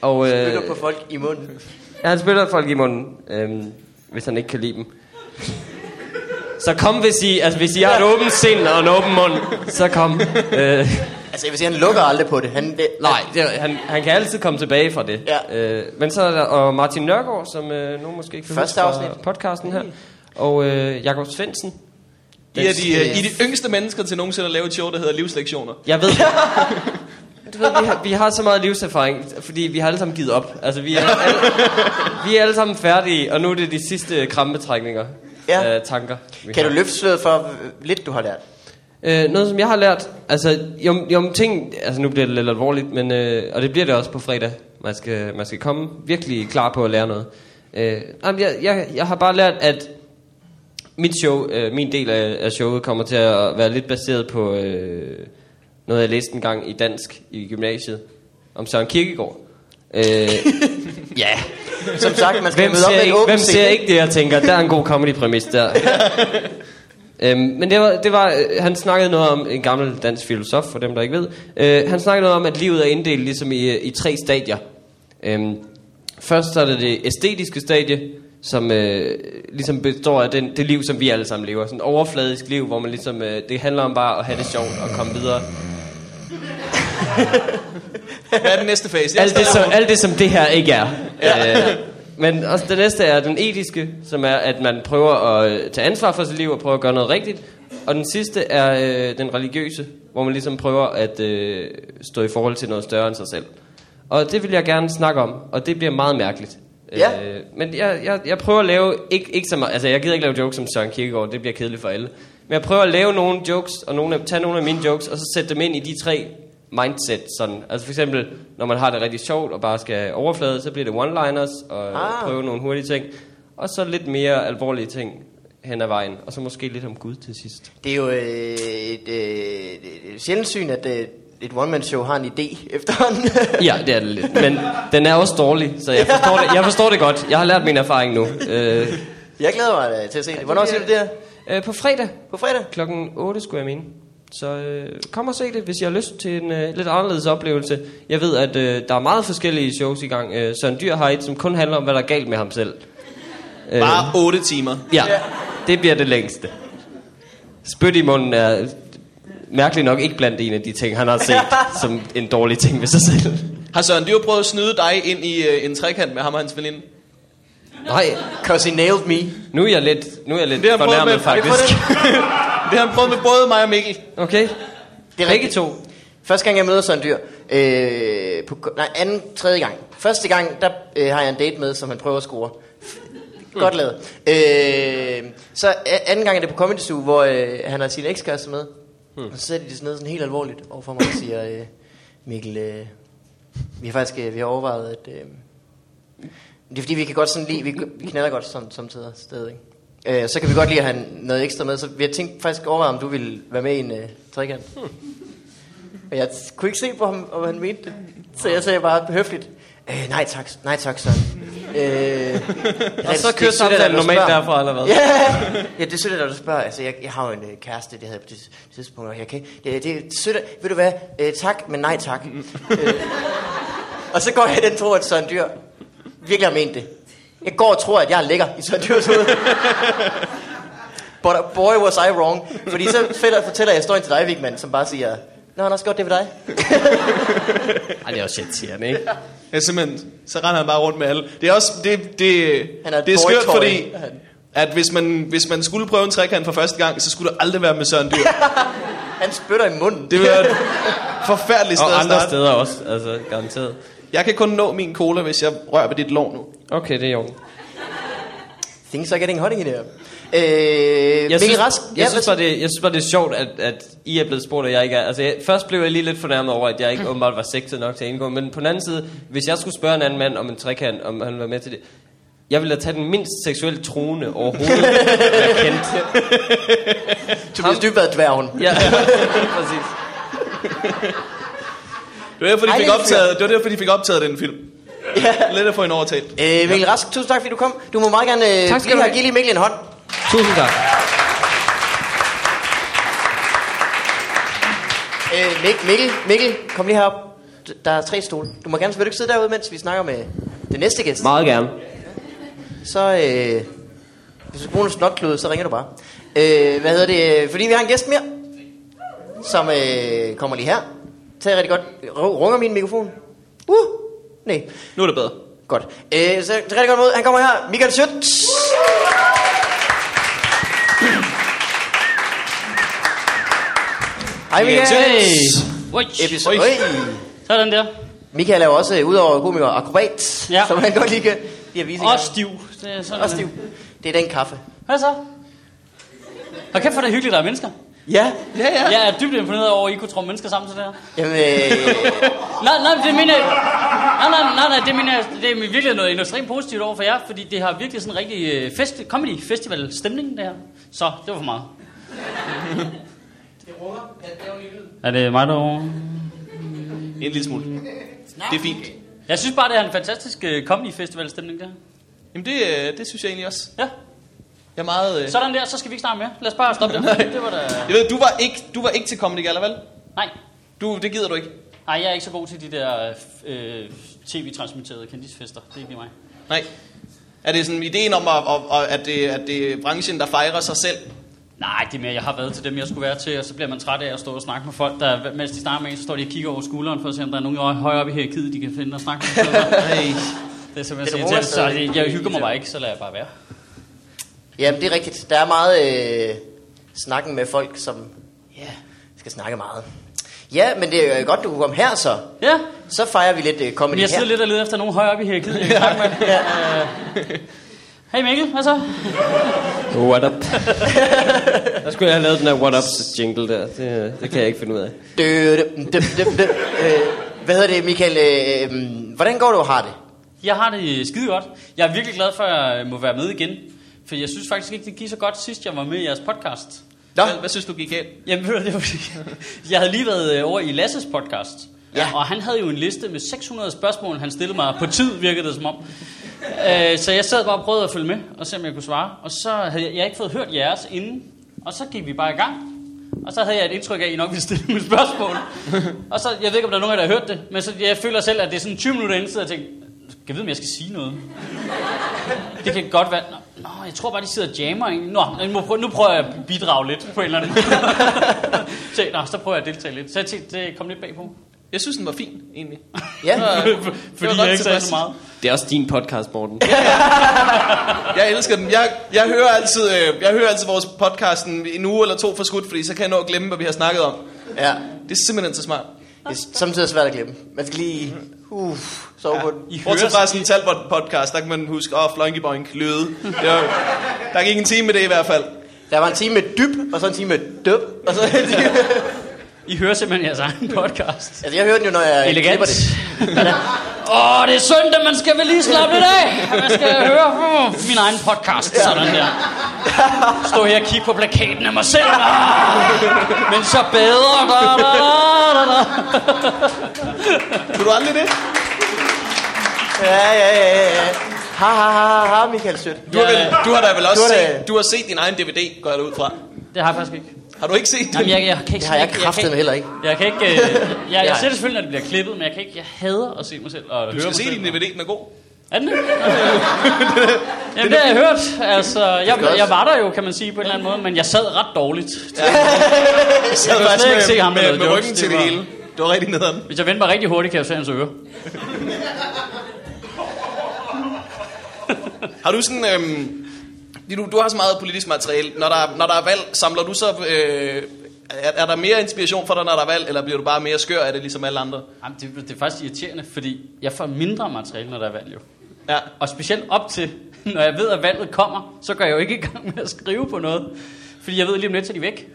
Speaker 3: Og, øh,
Speaker 2: Bygger på folk i munden.
Speaker 3: ja, han spytter folk i munden, øh, hvis han ikke kan lide dem. Så kom, hvis I, altså, hvis I har et åbent sind og en åben mund, så kom. Øh,
Speaker 2: Altså, jeg vil sige, han lukker aldrig på det. Han, det
Speaker 3: nej, det, han, han kan altid komme tilbage fra det.
Speaker 2: Ja.
Speaker 3: Øh, men så er der og Martin Nørgaard, som øh, nogen måske ikke kan
Speaker 2: Første
Speaker 3: huske fra
Speaker 2: afsnit.
Speaker 3: podcasten her. Og øh, Jakob Svendsen.
Speaker 1: I er de, øh, I er de yngste mennesker til nogensinde at lave et show, der hedder Livslektioner.
Speaker 2: <laughs>
Speaker 3: Jeg ved Du ved, vi har, vi har så meget livserfaring, fordi vi har alle sammen givet op. Altså, vi er alle,
Speaker 2: <laughs>
Speaker 3: vi er alle sammen færdige, og nu er det de sidste krampetrækninger,
Speaker 2: Ja.
Speaker 3: ja. øh, tanker. vi
Speaker 2: Kan
Speaker 3: har.
Speaker 2: du løfte sløret for øh, lidt, du har lært?
Speaker 3: Øh, noget, som jeg har lært, altså, jo, jo ting, altså nu bliver det lidt alvorligt, men, øh, og det bliver det også på fredag. Man skal, man skal komme virkelig klar på at lære noget. Øh, jamen, jeg, jeg, jeg har bare lært, at mit show, øh, min del af, af showet kommer til at være lidt baseret på øh, noget, jeg læste en gang i dansk i gymnasiet om Søren Kierkegaard. Øh, ja,
Speaker 2: Som sagt, man skal
Speaker 3: hvem
Speaker 2: møde op
Speaker 3: ser,
Speaker 2: med en
Speaker 3: ikke,
Speaker 2: åben
Speaker 3: hvem
Speaker 2: scene.
Speaker 3: ser ikke det, jeg tænker? Der er en god comedy-præmis
Speaker 2: <laughs>
Speaker 3: der. Øhm, men det var, det var, øh, han snakkede noget om, en gammel dansk filosof, for dem der ikke ved, øh, han snakkede noget om, at livet er inddelt ligesom i, øh, i tre stadier. Øhm, først så er det det æstetiske stadie, som øh, ligesom består af den, det liv, som vi alle sammen lever. Sådan et overfladisk liv, hvor man ligesom, øh, det handler om bare at have det sjovt og komme videre.
Speaker 1: Hvad er den næste fase? Jeg
Speaker 3: alt, det, som,
Speaker 1: starter
Speaker 3: alt det, som det her ikke er. Øh, men også det næste er den etiske, som er, at man prøver at øh, tage ansvar for sit liv og prøver at gøre noget rigtigt. Og den sidste er øh, den religiøse, hvor man ligesom prøver at øh, stå i forhold til noget større end sig selv. Og det vil jeg gerne snakke om, og det bliver meget mærkeligt.
Speaker 2: Ja.
Speaker 3: Øh, men jeg, jeg, jeg prøver at lave, ikke, ikke så meget, altså jeg gider ikke lave jokes som Søren Kierkegaard, det bliver kedeligt for alle. Men jeg prøver at lave nogle jokes, og nogle af, tage nogle af mine jokes, og så sætte dem ind i de tre mindset. Sådan. Altså for eksempel, når man har det rigtig sjovt og bare skal overflade, så bliver det one-liners og
Speaker 2: Ah.
Speaker 3: ah. prøve nogle hurtige ting. Og så lidt mere alvorlige ting hen ad vejen, og så måske lidt om Gud til
Speaker 2: <laughs>
Speaker 3: sidst.
Speaker 2: Det er jo øh, et, øh, et, et sjældent syn, at øh, et one-man-show har en idé efterhånden.
Speaker 3: Ja, det er det lidt. Men den er også dårlig, så jeg forstår det, jeg forstår det godt. Jeg har lært min erfaring nu. Øh,
Speaker 2: <laughs> jeg glæder mig da til at se det. Hvornår siger du det her?
Speaker 3: øh, på fredag
Speaker 2: På fredag?
Speaker 3: Klokken 8 skulle jeg mene. Så øh, kom og se det, hvis I har lyst til en øh, lidt anderledes oplevelse. Jeg ved, at øh, der er meget forskellige shows i gang. Øh, Søren Dyr har et, som kun handler om, hvad der er galt med ham selv. Øh,
Speaker 1: Bare 8 timer.
Speaker 3: Ja, det bliver det længste. Spyt i munden er øh, mærkeligt nok ikke blandt en af de ting, han har
Speaker 1: <laughs>
Speaker 3: set som en dårlig ting ved sig selv.
Speaker 1: Har Søren Dyr prøvet at snyde dig ind i øh, en trekant med ham og hans veninde?
Speaker 3: Nej,
Speaker 2: Cause he nailed me.
Speaker 3: nu er jeg lidt, nu er jeg lidt
Speaker 1: Det har han prøvet med,
Speaker 3: fornærmet
Speaker 1: har vi
Speaker 3: faktisk.
Speaker 1: prøvet det? <laughs> det har han prøvet med både mig og Mikkel.
Speaker 3: Okay,
Speaker 2: Det er
Speaker 3: begge
Speaker 2: rigtigt.
Speaker 3: to.
Speaker 2: Første gang, jeg møder sådan en dyr, øh, på, nej, anden, tredje gang. Første gang, der øh, har jeg en date med, som han prøver at score. Godt lavet. Øh, så a- anden gang er det på Comedy Zoo, hvor øh, han har sin ekskæreste med.
Speaker 3: Hmm.
Speaker 2: Og så sætter de sådan noget sådan helt alvorligt overfor mig og siger, øh, Mikkel, øh, vi har faktisk øh, vi har overvejet, at... Øh, det er fordi, vi kan godt sådan lide, vi, vi knaller godt som, samtidig stadig. Øh, så kan vi godt lide at have noget ekstra med, så vi har tænkt faktisk overvejet, om du ville være med i en øh, trekant. Men jeg t- kunne ikke se på ham, om han mente det. Så jeg sagde bare høfligt, øh, nej tak, nej tak Søren. øh,
Speaker 3: Og så kører
Speaker 2: det- det er sødt af dig,
Speaker 3: samtalen
Speaker 2: du
Speaker 3: normalt
Speaker 2: spørger.
Speaker 3: derfra, eller hvad?
Speaker 2: Ja, ja det er sødt, af dig, at du spørger. Altså, jeg, jeg har jo en øh, kæreste, det havde jeg på det tidspunkt, og jeg kan det, det er sødt, af- ved du hvad, øh, tak, men nej tak. øh, og så går jeg i den tro, at Søren Dyr virkelig har ment det. Jeg går og tror, at jeg er lækker i Søren Dyrs hoved. But uh, boy was I wrong. Fordi så fælder, fortæller jeg historien til dig, Vigman, som bare siger, Nå, han har også gjort det ved dig.
Speaker 3: Ej, det er også irriterende, ikke?
Speaker 1: Ja, simpelthen. Så render han bare rundt med alle. Det er også, det, det,
Speaker 2: Han er et
Speaker 1: det er skørt,
Speaker 2: boytoy.
Speaker 1: fordi
Speaker 2: Han-
Speaker 1: at hvis man, hvis man skulle prøve en trekant for første gang, så skulle det aldrig være med Søren Dyr.
Speaker 2: Han spytter i munden.
Speaker 1: Det ville <laughs> være et forfærdeligt sted
Speaker 3: Og
Speaker 1: at
Speaker 3: andre
Speaker 1: starte.
Speaker 3: steder også, altså garanteret.
Speaker 1: Jeg kan kun nå min cola, hvis jeg rører ved dit lår nu.
Speaker 3: Okay, det er i orden.
Speaker 2: Things are getting hot in here. Øh,
Speaker 3: jeg
Speaker 2: Mikkel
Speaker 3: synes,
Speaker 2: Rask.
Speaker 3: jeg, synes
Speaker 2: hvad-
Speaker 3: bare, det, jeg synes bare, det er sjovt, at, at I er blevet spurgt, og jeg ikke er. Altså, jeg, først blev jeg lige lidt fornærmet over, at jeg ikke åbenbart var sexet nok til at indgå. Men på den anden side, hvis jeg skulle spørge en anden mand om en trekant, om han var med til det, jeg ville da tage den mindst seksuelt truende <laughs> overhovedet, jeg kendte.
Speaker 2: Tobias Dybvad dværgen.
Speaker 3: Ja, præcis.
Speaker 1: Det var derfor, de
Speaker 2: Ej,
Speaker 1: fik
Speaker 2: det er
Speaker 1: optaget, det var derfor, de fik optaget den film. Ja. <laughs> Lidt at få en overtalt.
Speaker 2: Øh, Mikkel Rask, tusind tak, fordi du kom. Du må meget gerne øh,
Speaker 3: Tak skal
Speaker 2: blive
Speaker 3: du
Speaker 2: her.
Speaker 3: have.
Speaker 2: Giv lige Mikkel en hånd.
Speaker 3: Tusind tak.
Speaker 2: Øh, Mik- Mikkel, Mikkel, kom lige herop. D- Der er tre stole. Du må gerne, vil du ikke sidde derude, mens vi snakker med den næste gæst?
Speaker 3: Meget gerne.
Speaker 2: Så, øh, hvis du bruger en snotklude, så ringer du bare. Øh, hvad hedder det? øh, Fordi vi har en gæst mere, som øh, kommer lige her. Tag rigtig godt. R- runger min mikrofon? Uh, nej.
Speaker 1: Nu er det bedre.
Speaker 2: Godt. Øh, så det er rigtig godt mod. Han kommer her. Michael Schütz. Hej Michael.
Speaker 4: Witch.
Speaker 2: Episode.
Speaker 1: Oj.
Speaker 2: Øj.
Speaker 4: Sådan der.
Speaker 2: Michael er jo også, øh, udover komiker, akrobat.
Speaker 4: Ja.
Speaker 2: Som han godt lige kan lige at vise.
Speaker 4: Og stiv. Det er sådan,
Speaker 2: Og stiv. Det er den kaffe.
Speaker 4: Hvad så? Og kæft for det er hyggeligt, der er mennesker.
Speaker 2: Ja.
Speaker 1: Ja, ja.
Speaker 4: Jeg er dybt imponeret over, at I kunne tromme mennesker sammen til det her.
Speaker 2: Jamen, øh,
Speaker 4: Nej, nej, det mener jeg... Nej, nej, nej, nej, det mener jeg... Det er virkelig noget industrien positivt over for jer, fordi det har virkelig sådan en rigtig øh, fest, comedy festival stemning der. Så, det var for meget. Er det mig derovre?
Speaker 1: En lille smule. Det er fint.
Speaker 4: Jeg synes bare, det er en fantastisk øh, comedy festival stemning der.
Speaker 1: Jamen, det, øh, det synes jeg egentlig også.
Speaker 4: Ja,
Speaker 1: Jeg er meget... Øh...
Speaker 4: sådan der, så skal vi ikke snakke mere. Lad os bare stoppe det. Det var da...
Speaker 1: Jeg ved, du var ikke, du var ikke til Comedy Gala, vel?
Speaker 4: Nej,
Speaker 1: Du, det gider du ikke.
Speaker 4: nej, jeg er ikke så god til de der øh, f- øh, tv-transmitterede kendisfester. Det er ikke lige mig.
Speaker 1: Nej. Er det sådan ideen om, at, at, at, at, det, at det er branchen, der fejrer sig selv?
Speaker 4: Nej, det er mere, jeg har været til dem, jeg skulle være til, og så bliver man træt af at stå og snakke med folk, der, mens de snakker med en, så står de og kigger over skulderen for at se, om der er nogen høj- højere oppe i hierarkiet, de kan finde og snakke <laughs> med.
Speaker 1: Nej.
Speaker 4: det er
Speaker 2: Det er
Speaker 4: simpelthen
Speaker 2: det
Speaker 4: det, så
Speaker 2: overstadig.
Speaker 4: det, jeg hygger mig bare ikke, så lader jeg bare være.
Speaker 2: jamen, det er rigtigt. Der er meget øh, snakken med folk, som
Speaker 4: Ja.
Speaker 2: skal snakke meget. Ja, men det er jo godt, du kunne komme her så.
Speaker 4: Ja,
Speaker 2: Så fejrer vi lidt øh, comedy
Speaker 4: men jeg
Speaker 2: her.
Speaker 4: sidder lidt og leder efter nogen højere oppe i hierarkiet, jeg kan snakke med. Øh, <laughs> Hey Mikkel, hvad så?
Speaker 3: What up? <laughs> der skulle jeg have lavet den der what up jingle der. Det, øh, det kan jeg ikke finde ud af.
Speaker 2: Dø, dø, dø, dø, dø. Øh, Hvad hedder det, Michael? Øh, øh, hvordan går du og har det?
Speaker 4: Jeg har det skide godt. Jeg er virkelig glad for, at jeg må være med igen. For jeg synes faktisk ikke, det gik så godt sidst, jeg var med i jeres podcast.
Speaker 2: Nå,
Speaker 1: Hvad, hvad synes du gik galt?
Speaker 4: Jamen, ved du, det var, <laughs> jeg havde lige været øh, over i Lasses podcast,
Speaker 2: Ja.
Speaker 4: og han havde jo en liste med 600 spørgsmål, han stillede mig på tid, virkede det som om. Øh, så jeg sad bare og prøvede at følge med, og se om jeg kunne svare. Og så havde jeg, jeg ikke fået hørt jeres inden, og så gik vi bare i gang. Og så havde jeg et indtryk af, at I nok ville stille <laughs> mine spørgsmål. og så, jeg ved ikke, om der er nogen af jer, der har hørt det, men så, jeg føler selv, at det er sådan 20 minutter inden, så jeg tænkte, kan jeg vide, om jeg skal sige noget? Det kan godt være... Nå, nå, jeg tror bare, de sidder og jammer. Ikke? Nå, nu må- nu prøver jeg at bidrage lidt på en eller anden måde. <laughs> så, nå, så prøver jeg at deltage lidt. Så jeg tænkte, det kom lidt bagpå.
Speaker 1: Jeg synes, den var fin, egentlig.
Speaker 4: <laughs>
Speaker 2: ja.
Speaker 1: godt
Speaker 4: Fordi jeg ikke sagde
Speaker 1: tilfreds.
Speaker 4: så meget.
Speaker 3: Det er også din podcast, Morten.
Speaker 1: Jeg elsker den. Jeg, jeg, hører altid, øh, jeg hører altid vores podcast en, en uge eller to for skudt, fordi så kan jeg nå at glemme, hvad vi har snakket om.
Speaker 2: ja.
Speaker 1: Det er simpelthen så smart.
Speaker 2: Det er samtidig svært at glemme. Man skal lige... Uh, sove ja. på den.
Speaker 4: I hører
Speaker 1: Bortset fra sådan en Talbot podcast, der kan man huske, åh, oh, Flunky Boink, løde. Det var, der gik en time med det i hvert fald.
Speaker 2: Der var en time med dyb, og så en time med døb. Og så <laughs> en time...
Speaker 4: I hører simpelthen jeres egen podcast.
Speaker 2: altså, jeg hører den jo, når jeg
Speaker 4: Elegant.
Speaker 2: klipper det.
Speaker 4: <laughs> Åh, det er søndag, man skal vel lige slappe lidt af. Man skal høre hmm, min egen podcast, sådan der. Stå her og kigge på plakaten af mig selv. Ah, Men så bedre. Da, da, da, da.
Speaker 1: Kunne du aldrig det?
Speaker 2: Ja, ja, ja, ja, ja. Ha, ha, ha, ha, Michael Sødt.
Speaker 1: Du har, vel, du har da vel også
Speaker 2: Du har da-
Speaker 1: set, du har set din egen DVD, går jeg da ud fra.
Speaker 4: Det har jeg faktisk ikke.
Speaker 1: Har du ikke set den?
Speaker 4: Jamen, jeg, jeg kan ikke,
Speaker 2: Det har jeg
Speaker 4: kan-
Speaker 2: kraftet
Speaker 4: kan-
Speaker 2: med heller ikke.
Speaker 4: Jeg kan ikke... Øh, jeg, jeg
Speaker 2: Ja.
Speaker 4: ser det selvfølgelig, når det bliver klippet, men jeg kan ikke... Jeg hader at se mig selv og
Speaker 1: Du
Speaker 4: høre mig
Speaker 1: skal se
Speaker 4: selv.
Speaker 1: din DVD, den er god.
Speaker 4: Er <laughs> den det? Jamen, det har jeg hørt. Altså, jeg, jeg var der jo, kan man sige, på en eller anden måde, men jeg sad ret dårligt.
Speaker 1: Jeg
Speaker 4: kan slet ikke se ham med
Speaker 1: med, med
Speaker 4: noget
Speaker 1: ryggen
Speaker 4: jokes,
Speaker 1: til
Speaker 4: det
Speaker 1: det
Speaker 4: var-
Speaker 1: hele. Det var rigtig nederen.
Speaker 4: Hvis jeg vendte mig rigtig hurtigt, kan jeg se hans øre.
Speaker 1: Har du sådan... Øhm, du, du har så meget politisk materiale. Når der, når der er valg, samler du så... Øh, er, er der mere inspiration for dig, når der er valg, eller bliver du bare mere skør af det, ligesom alle andre?
Speaker 4: Jamen, det, det er faktisk irriterende, fordi jeg får mindre materiale, når der er valg, jo.
Speaker 1: Ja.
Speaker 4: Og specielt op til, <laughs> når jeg ved, at valget kommer, så går jeg jo ikke i gang med at skrive på noget. Fordi jeg ved lige om lidt, så er de væk.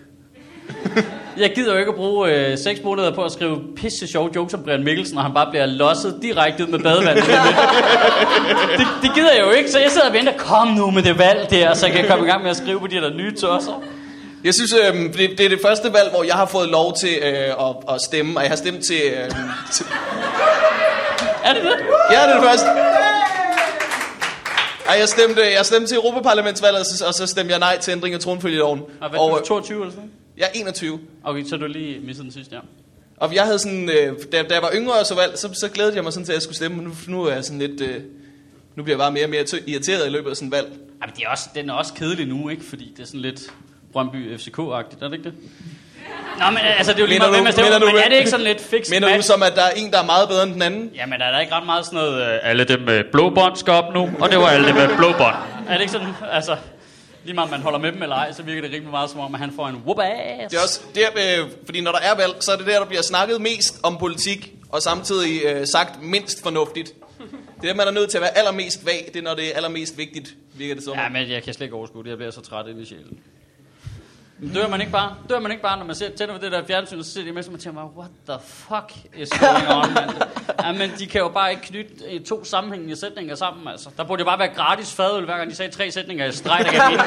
Speaker 4: Jeg gider jo ikke at bruge øh, seks måneder på at skrive pisse sjove jokes om Brian Mikkelsen, og han bare bliver losset direkte ud med badevandet. det, det gider jeg jo ikke, så jeg sidder og venter, kom nu med det valg der, så jeg kan komme i gang med at skrive på de der nye tosser.
Speaker 1: Jeg synes, øhm, det, det er det første valg, hvor jeg har fået lov til øh, at, at stemme, og jeg har stemt til... <laughs> Øh, til
Speaker 4: Er det det?
Speaker 1: ja, det er det første. Ej, jeg stemte, jeg stemte til Europaparlamentsvalget, og så, og så stemte jeg nej til ændring af tronfølgeloven.
Speaker 4: Og hvad, og,
Speaker 1: øh,
Speaker 4: 22 eller sådan noget?
Speaker 1: jeg er 21.
Speaker 4: Okay, så har du lige misset den sidste, ja.
Speaker 1: Og jeg havde sådan, øh, da, da jeg var yngre og så valg, så, så glædede jeg mig sådan til, at jeg skulle stemme, men nu, nu er jeg sådan lidt, øh, nu bliver jeg bare mere og mere tø- irriteret i løbet af sådan en valg.
Speaker 4: Ej, men det er også, den er også kedelig nu, ikke? Fordi det er sådan lidt Brøndby FCK-agtigt, er det ikke det? Nå, men altså, det er jo lige
Speaker 1: Mener
Speaker 4: meget, hvem
Speaker 1: du-
Speaker 4: man stemmer,
Speaker 1: mener du-
Speaker 4: men er det ikke sådan lidt fix
Speaker 1: Mener du som, at der er en, der er meget bedre end den anden?
Speaker 4: Jamen, er der ikke ret meget sådan noget... Øh, alle dem med blå bånd skal op nu, og det var alle dem med blå bånd. er det ikke sådan, altså... Lige meget om man holder med dem eller ej, så virker det rimelig meget som om, at han får en whoop ass.
Speaker 1: Det er også der, øh, fordi når der er valg, så er det der, der bliver snakket mest om politik, og samtidig øh, sagt mindst fornuftigt. Det er der, man er nødt til at være allermest vag, det er, når det er allermest vigtigt, virker det som.
Speaker 4: Ja, men jeg kan slet ikke overskue det. Jeg bliver så træt ind i sjælen. Men Dør man ikke bare, dør man ikke bare, når man ser, tænder på det der fjernsyn, og så ser de med, og man tænker bare, what the fuck is going on, mand? Ja, men de kan jo bare ikke knytte øh, to sammenhængende sætninger sammen, altså. Der burde jo bare være gratis fadøl, hver gang de sagde tre sætninger i streg, der kan blive.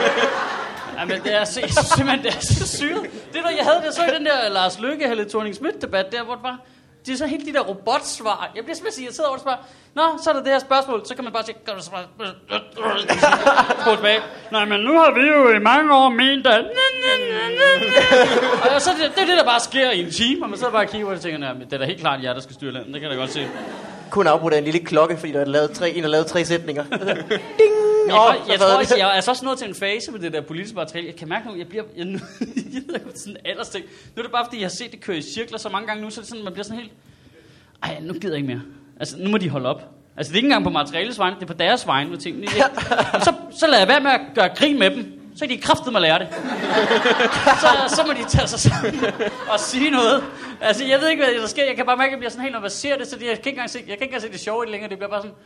Speaker 4: Ja, men det er, så, jeg synes simpelthen, det er så syret. Det der, jeg havde det så i den der Lars Løkke, Helle thorning debat der, hvor det var, det er så helt de der robotsvar. Jeg bliver simpelthen irriteret over det spørger, Nå, så er der det her spørgsmål. Så kan man bare sige... Spol tilbage. Nej, men nu har vi jo i mange år ment, at... Og så er det, det er det, der bare sker i en time, og man sidder bare og kigger på det og tænker, "Nå, men det er da helt klart jer, der skal styre landet. Det kan jeg da godt se.
Speaker 2: Kun afbrudt af en lille klokke, fordi der er lavet tre, en har lavet tre
Speaker 4: <laughs>
Speaker 2: sætninger.
Speaker 4: Men
Speaker 2: Åh,
Speaker 4: Jeg, tror-
Speaker 2: hvad
Speaker 4: jeg, tror
Speaker 2: var
Speaker 4: også,
Speaker 2: det?
Speaker 4: jeg er altså også nået til en fase med det der politiske materiale. Jeg kan mærke nu, jeg bliver... Jeg, <laughs> nu, jeg ved ikke, sådan en alders ting. Nu er det bare, fordi jeg har set det køre i cirkler så mange gange nu, så er det sådan, man bliver sådan helt... Ej, nu gider jeg ikke mere. Altså, nu må de holde op. Altså, det er ikke engang på materialets vegne, det er på deres vegne med
Speaker 2: <laughs>
Speaker 4: tingene. ikke? Men Så, så lader jeg være med at gøre grin med dem. Så kan de kraftede mig
Speaker 2: <laughs>
Speaker 4: lære det. Så, så må de tage sig sammen og sige noget. Altså, jeg ved ikke, hvad der sker. Jeg kan bare mærke, at jeg bliver sådan helt, når man ser det, så det, jeg kan ikke engang se, jeg kan ikke engang se det sjove i det længere. Det bliver bare sådan,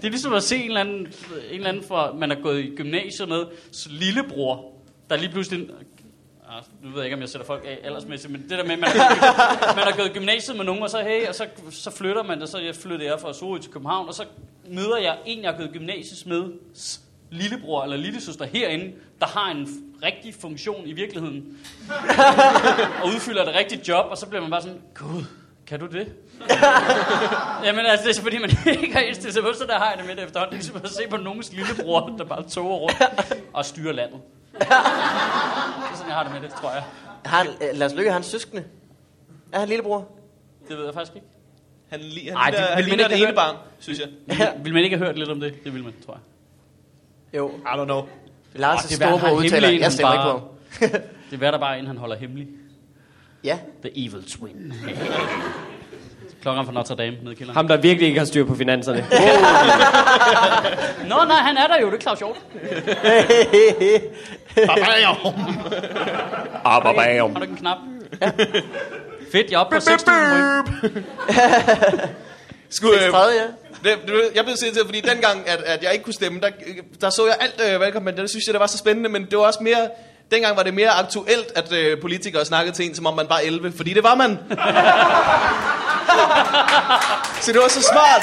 Speaker 4: det er ligesom at se en eller anden, en eller anden fra, man har gået i gymnasiet med, s- lillebror, der lige pludselig... Ah, nu ved jeg ikke, om jeg sætter folk af aldersmæssigt, men det der med, at man har, gået- man har gået i gymnasiet med nogen, og så, hey, og så, så flytter man, og så jeg flytter jeg fra Sorø til København, og så møder jeg en, jeg har gået i gymnasiet med, s- lillebror eller lillesøster herinde, der har en f- rigtig funktion i virkeligheden, og udfylder et rigtigt job, og så bliver man bare sådan, gud, kan du det? Jamen altså, det er fordi, man <laughs> ikke har indstillet sig på, så der har jeg det med det efterhånden. Det er ligesom at se på nogens lillebror, der bare toger rundt og styrer landet. Det er sådan, jeg har det med det, tror jeg.
Speaker 2: Har, øh, Lars Løkke har en søskende. Er han lillebror?
Speaker 4: Det ved jeg faktisk ikke.
Speaker 1: Han, li- han,
Speaker 4: Ej,
Speaker 1: Ej, ligner,
Speaker 4: det ville
Speaker 1: han
Speaker 4: man
Speaker 1: ligner
Speaker 4: ikke
Speaker 1: det
Speaker 4: have
Speaker 1: ene barn, synes jeg.
Speaker 2: Ja.
Speaker 4: Vil man ikke have hørt lidt om det? Det vil man, tror jeg.
Speaker 2: Jo.
Speaker 1: I don't know.
Speaker 4: Åh,
Speaker 2: Lars'
Speaker 4: det er, han har
Speaker 2: storebror
Speaker 4: en
Speaker 2: udtaler,
Speaker 4: hemmelig en,
Speaker 2: jeg stemmer
Speaker 4: han
Speaker 2: ikke på
Speaker 4: bare-
Speaker 2: ham.
Speaker 4: Det er hvad der bare, inden han holder hemmelig.
Speaker 2: <laughs>
Speaker 4: <laughs>
Speaker 2: Ja.
Speaker 4: The Evil Twin. Klokken fra Notre Dame nede i kælderen.
Speaker 3: Ham, der virkelig ikke har styr på finanserne.
Speaker 4: Nå, nej, han er der jo. Det er Claus Hjort. Øhm. Har du ikke en knap? Fedt, jeg er oppe på 6.000 ryg.
Speaker 1: Skulle, øh,
Speaker 2: Tredje, ja.
Speaker 1: det, det, jeg blev sendt til, fordi dengang, at, at jeg ikke kunne stemme, der, der så jeg alt øh, valgkampen, men det synes jeg, det var så spændende, men det var også mere... Dengang var det mere aktuelt, at øh, politikere snakkede til en, som om man var 11, fordi det var man. så det var så smart.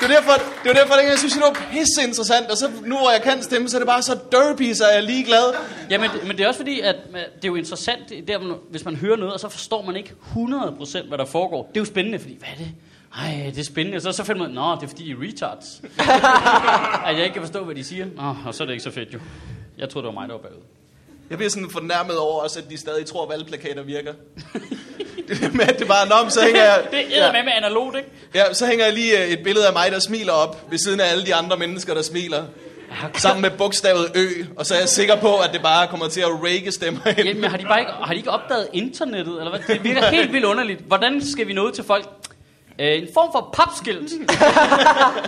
Speaker 1: Det var derfor, det var derfor dengang, jeg synes, det var pisse interessant, og så nu, hvor jeg kan stemme, så er det bare så derpy, så jeg er ligeglad.
Speaker 4: Ja, men, men det er også fordi, at øh, det er jo interessant, det er der, hvor- hvis man hører noget, og så forstår man ikke 100% hvad der foregår. Det er jo spændende, fordi hvad er det? Ej, det er spændende. Og så, så finder man, nå, det er fordi, I er retards. at jeg ikke kan forstå, hvad de siger. Nå, og så er det ikke så fedt jo. Jeg troede, det var mig, der var bagud.
Speaker 1: Jeg bliver sådan fornærmet over også, at de stadig tror, at valgplakater virker. <laughs> det er med, at det bare er nom, så hænger jeg...
Speaker 4: det er med med analogt, ikke?
Speaker 1: Ja, så hænger jeg lige øh, et billede af mig, der smiler op, ved siden af alle de andre mennesker, der smiler. Sammen med bogstavet Ø, og så er jeg sikker på, at det bare kommer til at rake stemmer <laughs> ind.
Speaker 4: Jamen, har de bare ikke, har de ikke opdaget internettet? Eller hvad? Det virker helt vildt underligt. Hvordan skal vi nå ud til folk? Øh, en form for papskilt.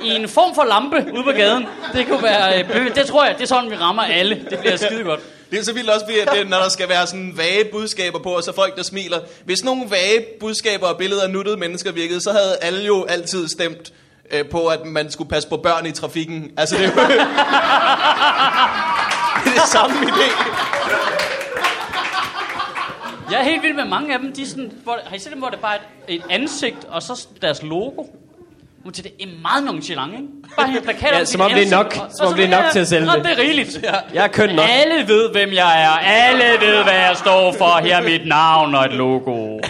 Speaker 4: I en form for lampe ude på gaden. Det kunne være... Øh, bø- det tror jeg, det er sådan, vi rammer alle. Det bliver skide godt.
Speaker 1: Det er så vildt også, fordi at det, når der skal være sådan vage budskaber på, og så folk, der smiler. Hvis nogle vage budskaber og billeder af nuttede mennesker virkede, så havde alle jo altid stemt øh, på, at man skulle passe på børn i trafikken. Altså, det er jo... <laughs> det er det samme idé.
Speaker 4: Jeg er helt vild med mange af dem. De er sådan, hvor, har I set dem, hvor det bare er et, et ansigt, og så deres logo? Nu til det er meget nonchalant, ikke? Bare en plakat
Speaker 3: Ja,
Speaker 4: om
Speaker 3: som
Speaker 4: dit
Speaker 3: om det er
Speaker 4: ansigt,
Speaker 3: nok. Som
Speaker 4: og- og
Speaker 3: om
Speaker 4: så-
Speaker 3: det er nok
Speaker 4: ja,
Speaker 3: til at sælge
Speaker 4: nå,
Speaker 3: det.
Speaker 4: det er rigeligt. Ja.
Speaker 3: Jeg er køn nok.
Speaker 4: Alle ved, hvem jeg er. Alle ved, hvad jeg står for. Her er mit navn og et logo.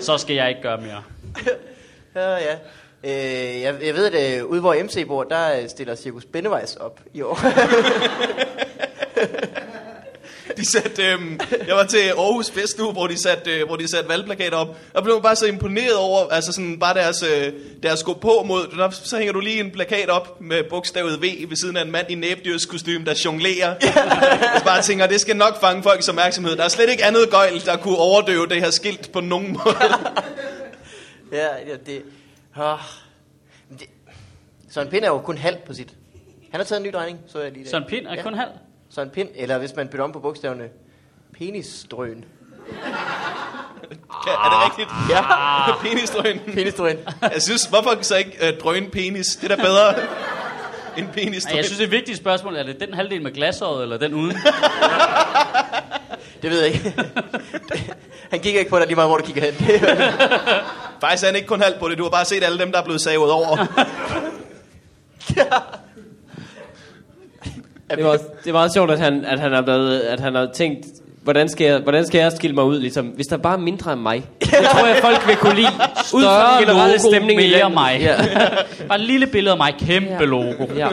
Speaker 4: Så skal jeg ikke gøre mere.
Speaker 2: Ja, ja. Øh, jeg, jeg ved, at øh, ude hvor MC bor, der øh, stiller Cirkus Bennevejs op i år. <laughs>
Speaker 1: <laughs> De satte, øhm, jeg var til Aarhus Fest nu, hvor de satte, øh, hvor de satte valgplakater op, og blev bare så imponeret over, altså sådan bare deres, øh, deres gå på mod, der, så hænger du lige en plakat op med bogstavet V ved siden af en mand i næbdyrskostume, der jonglerer. <laughs> jeg bare tænker, det skal nok fange folks opmærksomhed. Der er slet ikke andet gøjl, der kunne overdøve det her skilt på nogen <laughs> måde.
Speaker 2: ja, ja, det... Oh. det. Søren Pind er jo kun halv på sit. Han har taget en ny drejning, så jeg lige der.
Speaker 4: Søren Pind er kun halv.
Speaker 2: Søren Pind, eller hvis man bytter om på bogstaverne, penisdrøn.
Speaker 1: Ja, er det rigtigt?
Speaker 4: Ah.
Speaker 1: Ja. Penisdrøn.
Speaker 2: Penisdrøn.
Speaker 4: <laughs>
Speaker 1: Jeg synes, hvorfor så ikke øh, drøn penis? Det er da bedre. en penis.
Speaker 4: Ej, jeg synes, det vigtige spørgsmål er, er det den halvdel med glasøjet, eller den uden? <laughs>
Speaker 2: Det ved jeg ikke. <laughs> han kigger ikke på dig lige meget, hvor du kigger hen.
Speaker 4: <laughs>
Speaker 1: Faktisk er han ikke kun halvt på det. Du har bare set alle dem, der er blevet savet over.
Speaker 3: Det er, meget, det er meget sjovt, at han, at han, har, været, at han har tænkt, hvordan skal, jeg, hvordan skal jeg skille mig ud? Ligesom, hvis der bare er mindre end mig, det tror jeg, folk vil kunne lide. Ud fra
Speaker 4: Større
Speaker 3: den generelle
Speaker 4: logo,
Speaker 3: stemning i
Speaker 4: mere
Speaker 3: landet.
Speaker 4: mig.
Speaker 3: Ja.
Speaker 4: Bare et lille billede af mig, kæmpe
Speaker 3: Ja.
Speaker 4: logo.
Speaker 3: ja.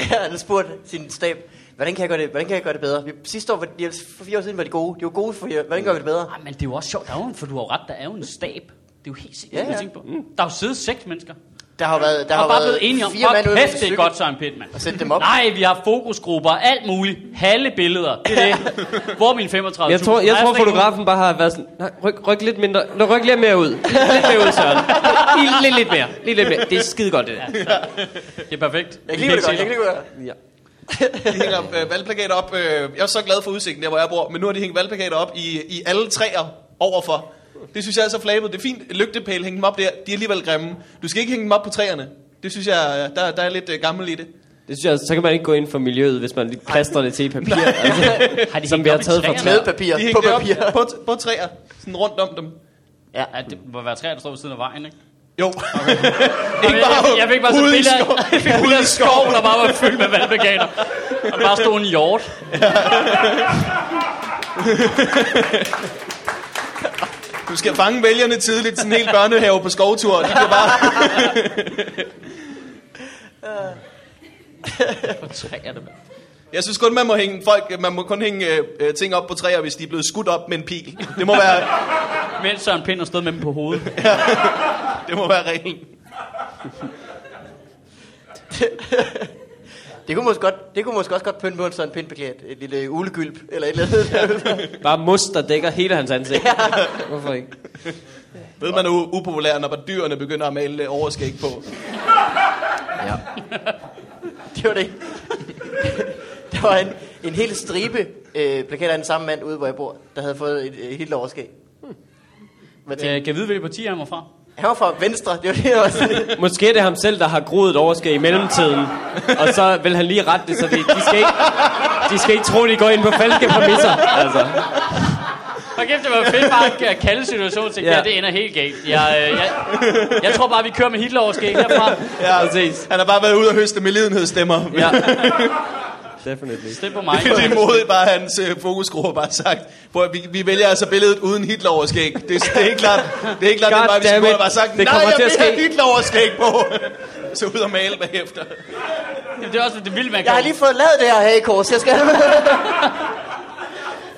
Speaker 2: han spurgte sin stab, hvordan kan jeg gøre det, hvordan kan jeg gøre det bedre? Vi, sidste år, var de, for fire år siden var de gode. De var gode for jer. Hvordan gør vi det bedre?
Speaker 4: Ej, men det er jo også sjovt, der er jo en, for du har jo ret, der er jo en stab. Det er jo helt sikkert,
Speaker 2: Ja,
Speaker 4: ja,
Speaker 2: ja.
Speaker 4: ja. på. Der er jo siddet seks mennesker. Der
Speaker 2: Der har været, der
Speaker 4: har
Speaker 2: har
Speaker 4: bare
Speaker 2: været
Speaker 4: blevet enige om,
Speaker 2: fire mand ude
Speaker 4: fuck
Speaker 2: på
Speaker 4: kæft, det er
Speaker 2: cykel
Speaker 4: godt, Søren Pind, mand.
Speaker 2: Og sætte dem op.
Speaker 4: Nej, vi har fokusgrupper, alt muligt. Halve billeder, det er det. Hvor er mine 35
Speaker 3: Jeg tror, jeg tror fotografen bare har været sådan, nej, ryk, ryk lidt mindre, Nå, ryk lidt mere ud. Lidt mere ud, Søren. <laughs> Lige, lidt, lidt mere, lige lidt mere. Det er skide godt, det der.
Speaker 4: Det er perfekt.
Speaker 2: Jeg kan lide det godt, jeg kan
Speaker 4: Helt
Speaker 2: lide det godt.
Speaker 4: <laughs>
Speaker 3: Ja.
Speaker 1: De hænger øh, valgplakater op. Øh, jeg er så glad for udsigten der, hvor jeg bor. Men nu har de hængt valgplakater op i, i alle træer overfor. Det synes jeg er så flabet. Det er fint. Lygtepæl, hænge dem op der. De er alligevel grimme. Du skal ikke hænge dem op på træerne. Det synes jeg, øh, der, der er lidt øh, gammel i det.
Speaker 3: Det synes jeg, så kan man ikke gå ind for miljøet, hvis man lige plaster det til i papir. Altså,
Speaker 4: Har de
Speaker 3: som
Speaker 4: hængt
Speaker 3: vi har
Speaker 4: op i
Speaker 3: taget fra
Speaker 4: træerne?
Speaker 2: Med
Speaker 3: træer.
Speaker 2: papir,
Speaker 1: De
Speaker 2: på
Speaker 1: hængte op
Speaker 2: papir.
Speaker 1: på, t- på træer. Sådan rundt om dem.
Speaker 4: Ja, det må være træer, der står ved siden af vejen, ikke?
Speaker 1: Jo. Okay. <laughs> ikke
Speaker 4: Jeg, jeg, jeg fik bare sådan
Speaker 1: ude i
Speaker 4: billeder
Speaker 1: skov-
Speaker 4: af ude i skov, der bare var fyldt med vandveganer. Og der bare stod en hjort.
Speaker 1: Du skal fange vælgerne tidligt. Sådan en hel børnehave på skovtur. De bliver bare...
Speaker 4: Hvor træer det, mand.
Speaker 1: Jeg synes kun, man må hænge folk, man må kun hænge øh, øh, ting op på træer, hvis de er blevet skudt op med en pil. Det må være,
Speaker 4: Mens Søren Pind har stået med dem på hovedet.
Speaker 1: det må være reglen.
Speaker 2: Det kunne måske godt, det kunne måske også godt pynte på en sådan pindbeklædt. Et lille ulegylp, eller et eller andet. <laughs> derude.
Speaker 3: Bare must, der dækker hele hans ansigt. Hvorfor ikke?
Speaker 1: Ved man er u- upopulær, når bare dyrene begynder at male øh, overskæg på.
Speaker 2: det var det ikke. <laughs> Der var en, en hel stribe øh, plakater af den samme mand ude, hvor jeg bor, der havde fået et, et helt overskæg. Hvad tænker
Speaker 4: Øh, kan jeg vide, hvilket parti han var fra?
Speaker 2: Han var fra Venstre, det var det også.
Speaker 3: Måske er det ham selv, der har groet et overskæg i mellemtiden. Og så vil han lige rette det, så de, de, skal, ikke, de skal ikke tro, de går ind på falske præmisser. Altså.
Speaker 4: Og kæft, det var fedt bare at kalde situationen til,
Speaker 3: Ja.
Speaker 4: ja. det ender helt galt. Jeg, øh, jeg, jeg tror bare, vi kører med Hitler over skæg herfra.
Speaker 1: Ja,
Speaker 3: Præcis.
Speaker 1: Han har bare været ude og høste med lidenhedsstemmer. Ja.
Speaker 3: Ja. Definitely.
Speaker 4: Stem på mig.
Speaker 1: <laughs> Det er modigt, bare hans øh, fokusgruppe har bare sagt. Prøv, at vi, vi vælger altså billedet uden Hitler-overskæg. Det, det, er ikke klart, det er ikke klart, det er
Speaker 3: God
Speaker 1: bare, vi
Speaker 3: damn
Speaker 1: skulle
Speaker 3: it.
Speaker 1: have bare sagt,
Speaker 3: Det
Speaker 1: nej,
Speaker 3: kommer
Speaker 1: jeg
Speaker 3: til at
Speaker 1: vil have
Speaker 3: ske."
Speaker 1: Hitler-overskæg på. <laughs> Så ud og male bagefter.
Speaker 4: Jamen, det er også det vilde, man kan,
Speaker 2: Jeg har lige fået lavet det her hagekors, jeg skal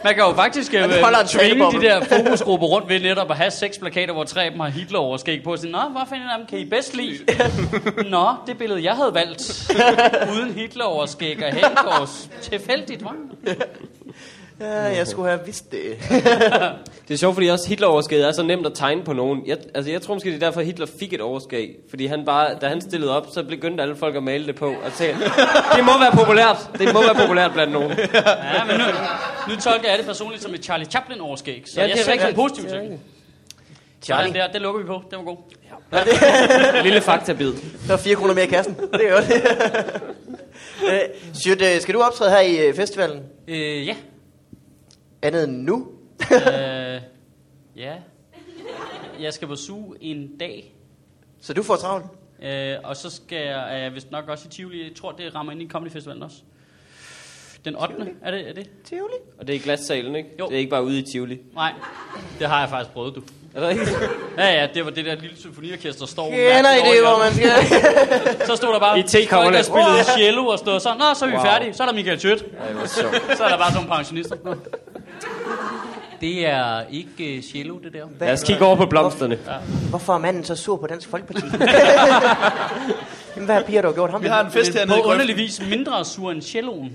Speaker 4: man kan jo faktisk øh,
Speaker 2: Man holder en
Speaker 4: tvinge
Speaker 2: taleboble.
Speaker 4: de der fokusgrupper rundt ved netop at have seks plakater, hvor tre af dem har Hitler over skæg på. Og sige, Nå, hvad fanden af dem kan I bedst lide? Nå, det billede, jeg havde valgt. Uden Hitler over skæg og Helgårds. Tilfældigt, hva'?
Speaker 2: <laughs> Ja, jeg skulle have vidst det. <laughs>
Speaker 3: Det er sjovt, fordi også Hitler-overskæget er så nemt at tegne på nogen. Jeg, altså, jeg tror måske, det er derfor, Hitler fik et overskæg. Fordi han bare, da han stillede op, så begyndte alle folk at male det på. Og tænkte, det må være populært. Det må være populært blandt nogen.
Speaker 4: Ja, men nu, nu tolker jeg det personligt som et Charlie Chaplin overskæg. Så
Speaker 3: Ja,
Speaker 4: jeg
Speaker 3: det er
Speaker 4: ser
Speaker 3: rigtigt.
Speaker 4: positivt
Speaker 3: Det er
Speaker 4: til. Sådan
Speaker 2: Charlie,
Speaker 4: der, det lukker vi på. Det var god.
Speaker 3: Lille faktabid.
Speaker 2: der var 4 kroner mere i kassen. Det var det. Øh, Sjøt, øh, skal du optræde her i øh, festivalen?
Speaker 4: Øh,
Speaker 3: <laughs>
Speaker 4: ja.
Speaker 2: Andet end nu? <laughs>
Speaker 4: øh, ja. Jeg skal på suge en dag.
Speaker 2: Så du får travlt.
Speaker 4: Øh, og så skal jeg, er jeg vist nok også i Tivoli. Jeg tror, det rammer ind i Comedy Festivalen også. Den 8. Er det, er det?
Speaker 2: Tivoli.
Speaker 3: Og det er i glassalen, ikke?
Speaker 4: Jo.
Speaker 3: Det er ikke bare ude i Tivoli.
Speaker 4: Nej, det har jeg faktisk prøvet, du.
Speaker 3: Er der ikke?
Speaker 4: Ja, ja, det var det der lille symfoniorkester, der står...
Speaker 2: Kender I
Speaker 4: mærkeligt
Speaker 2: det,
Speaker 4: over
Speaker 2: hvor
Speaker 4: hjørnet.
Speaker 2: man skal...
Speaker 4: Så stod der bare...
Speaker 3: I tekopperne.
Speaker 4: folk, der spillede cello og stod sådan... Nå, så er vi
Speaker 3: Wow.
Speaker 4: færdige. Så er der Michael Tjødt.
Speaker 3: Ej, hvor sjovt.
Speaker 4: Så er der bare sådan nogle pensionister. Nå. Det er ikke øh, cello, det der.
Speaker 3: Lad os kigge over på blomsterne.
Speaker 2: Hvorfor er manden så sur på Dansk Folkeparti? Jamen, hvad har piger dog gjort ham?
Speaker 1: Vi har en fest hernede i
Speaker 4: På
Speaker 1: grøften.
Speaker 4: underlig vis mindre sur end celloen.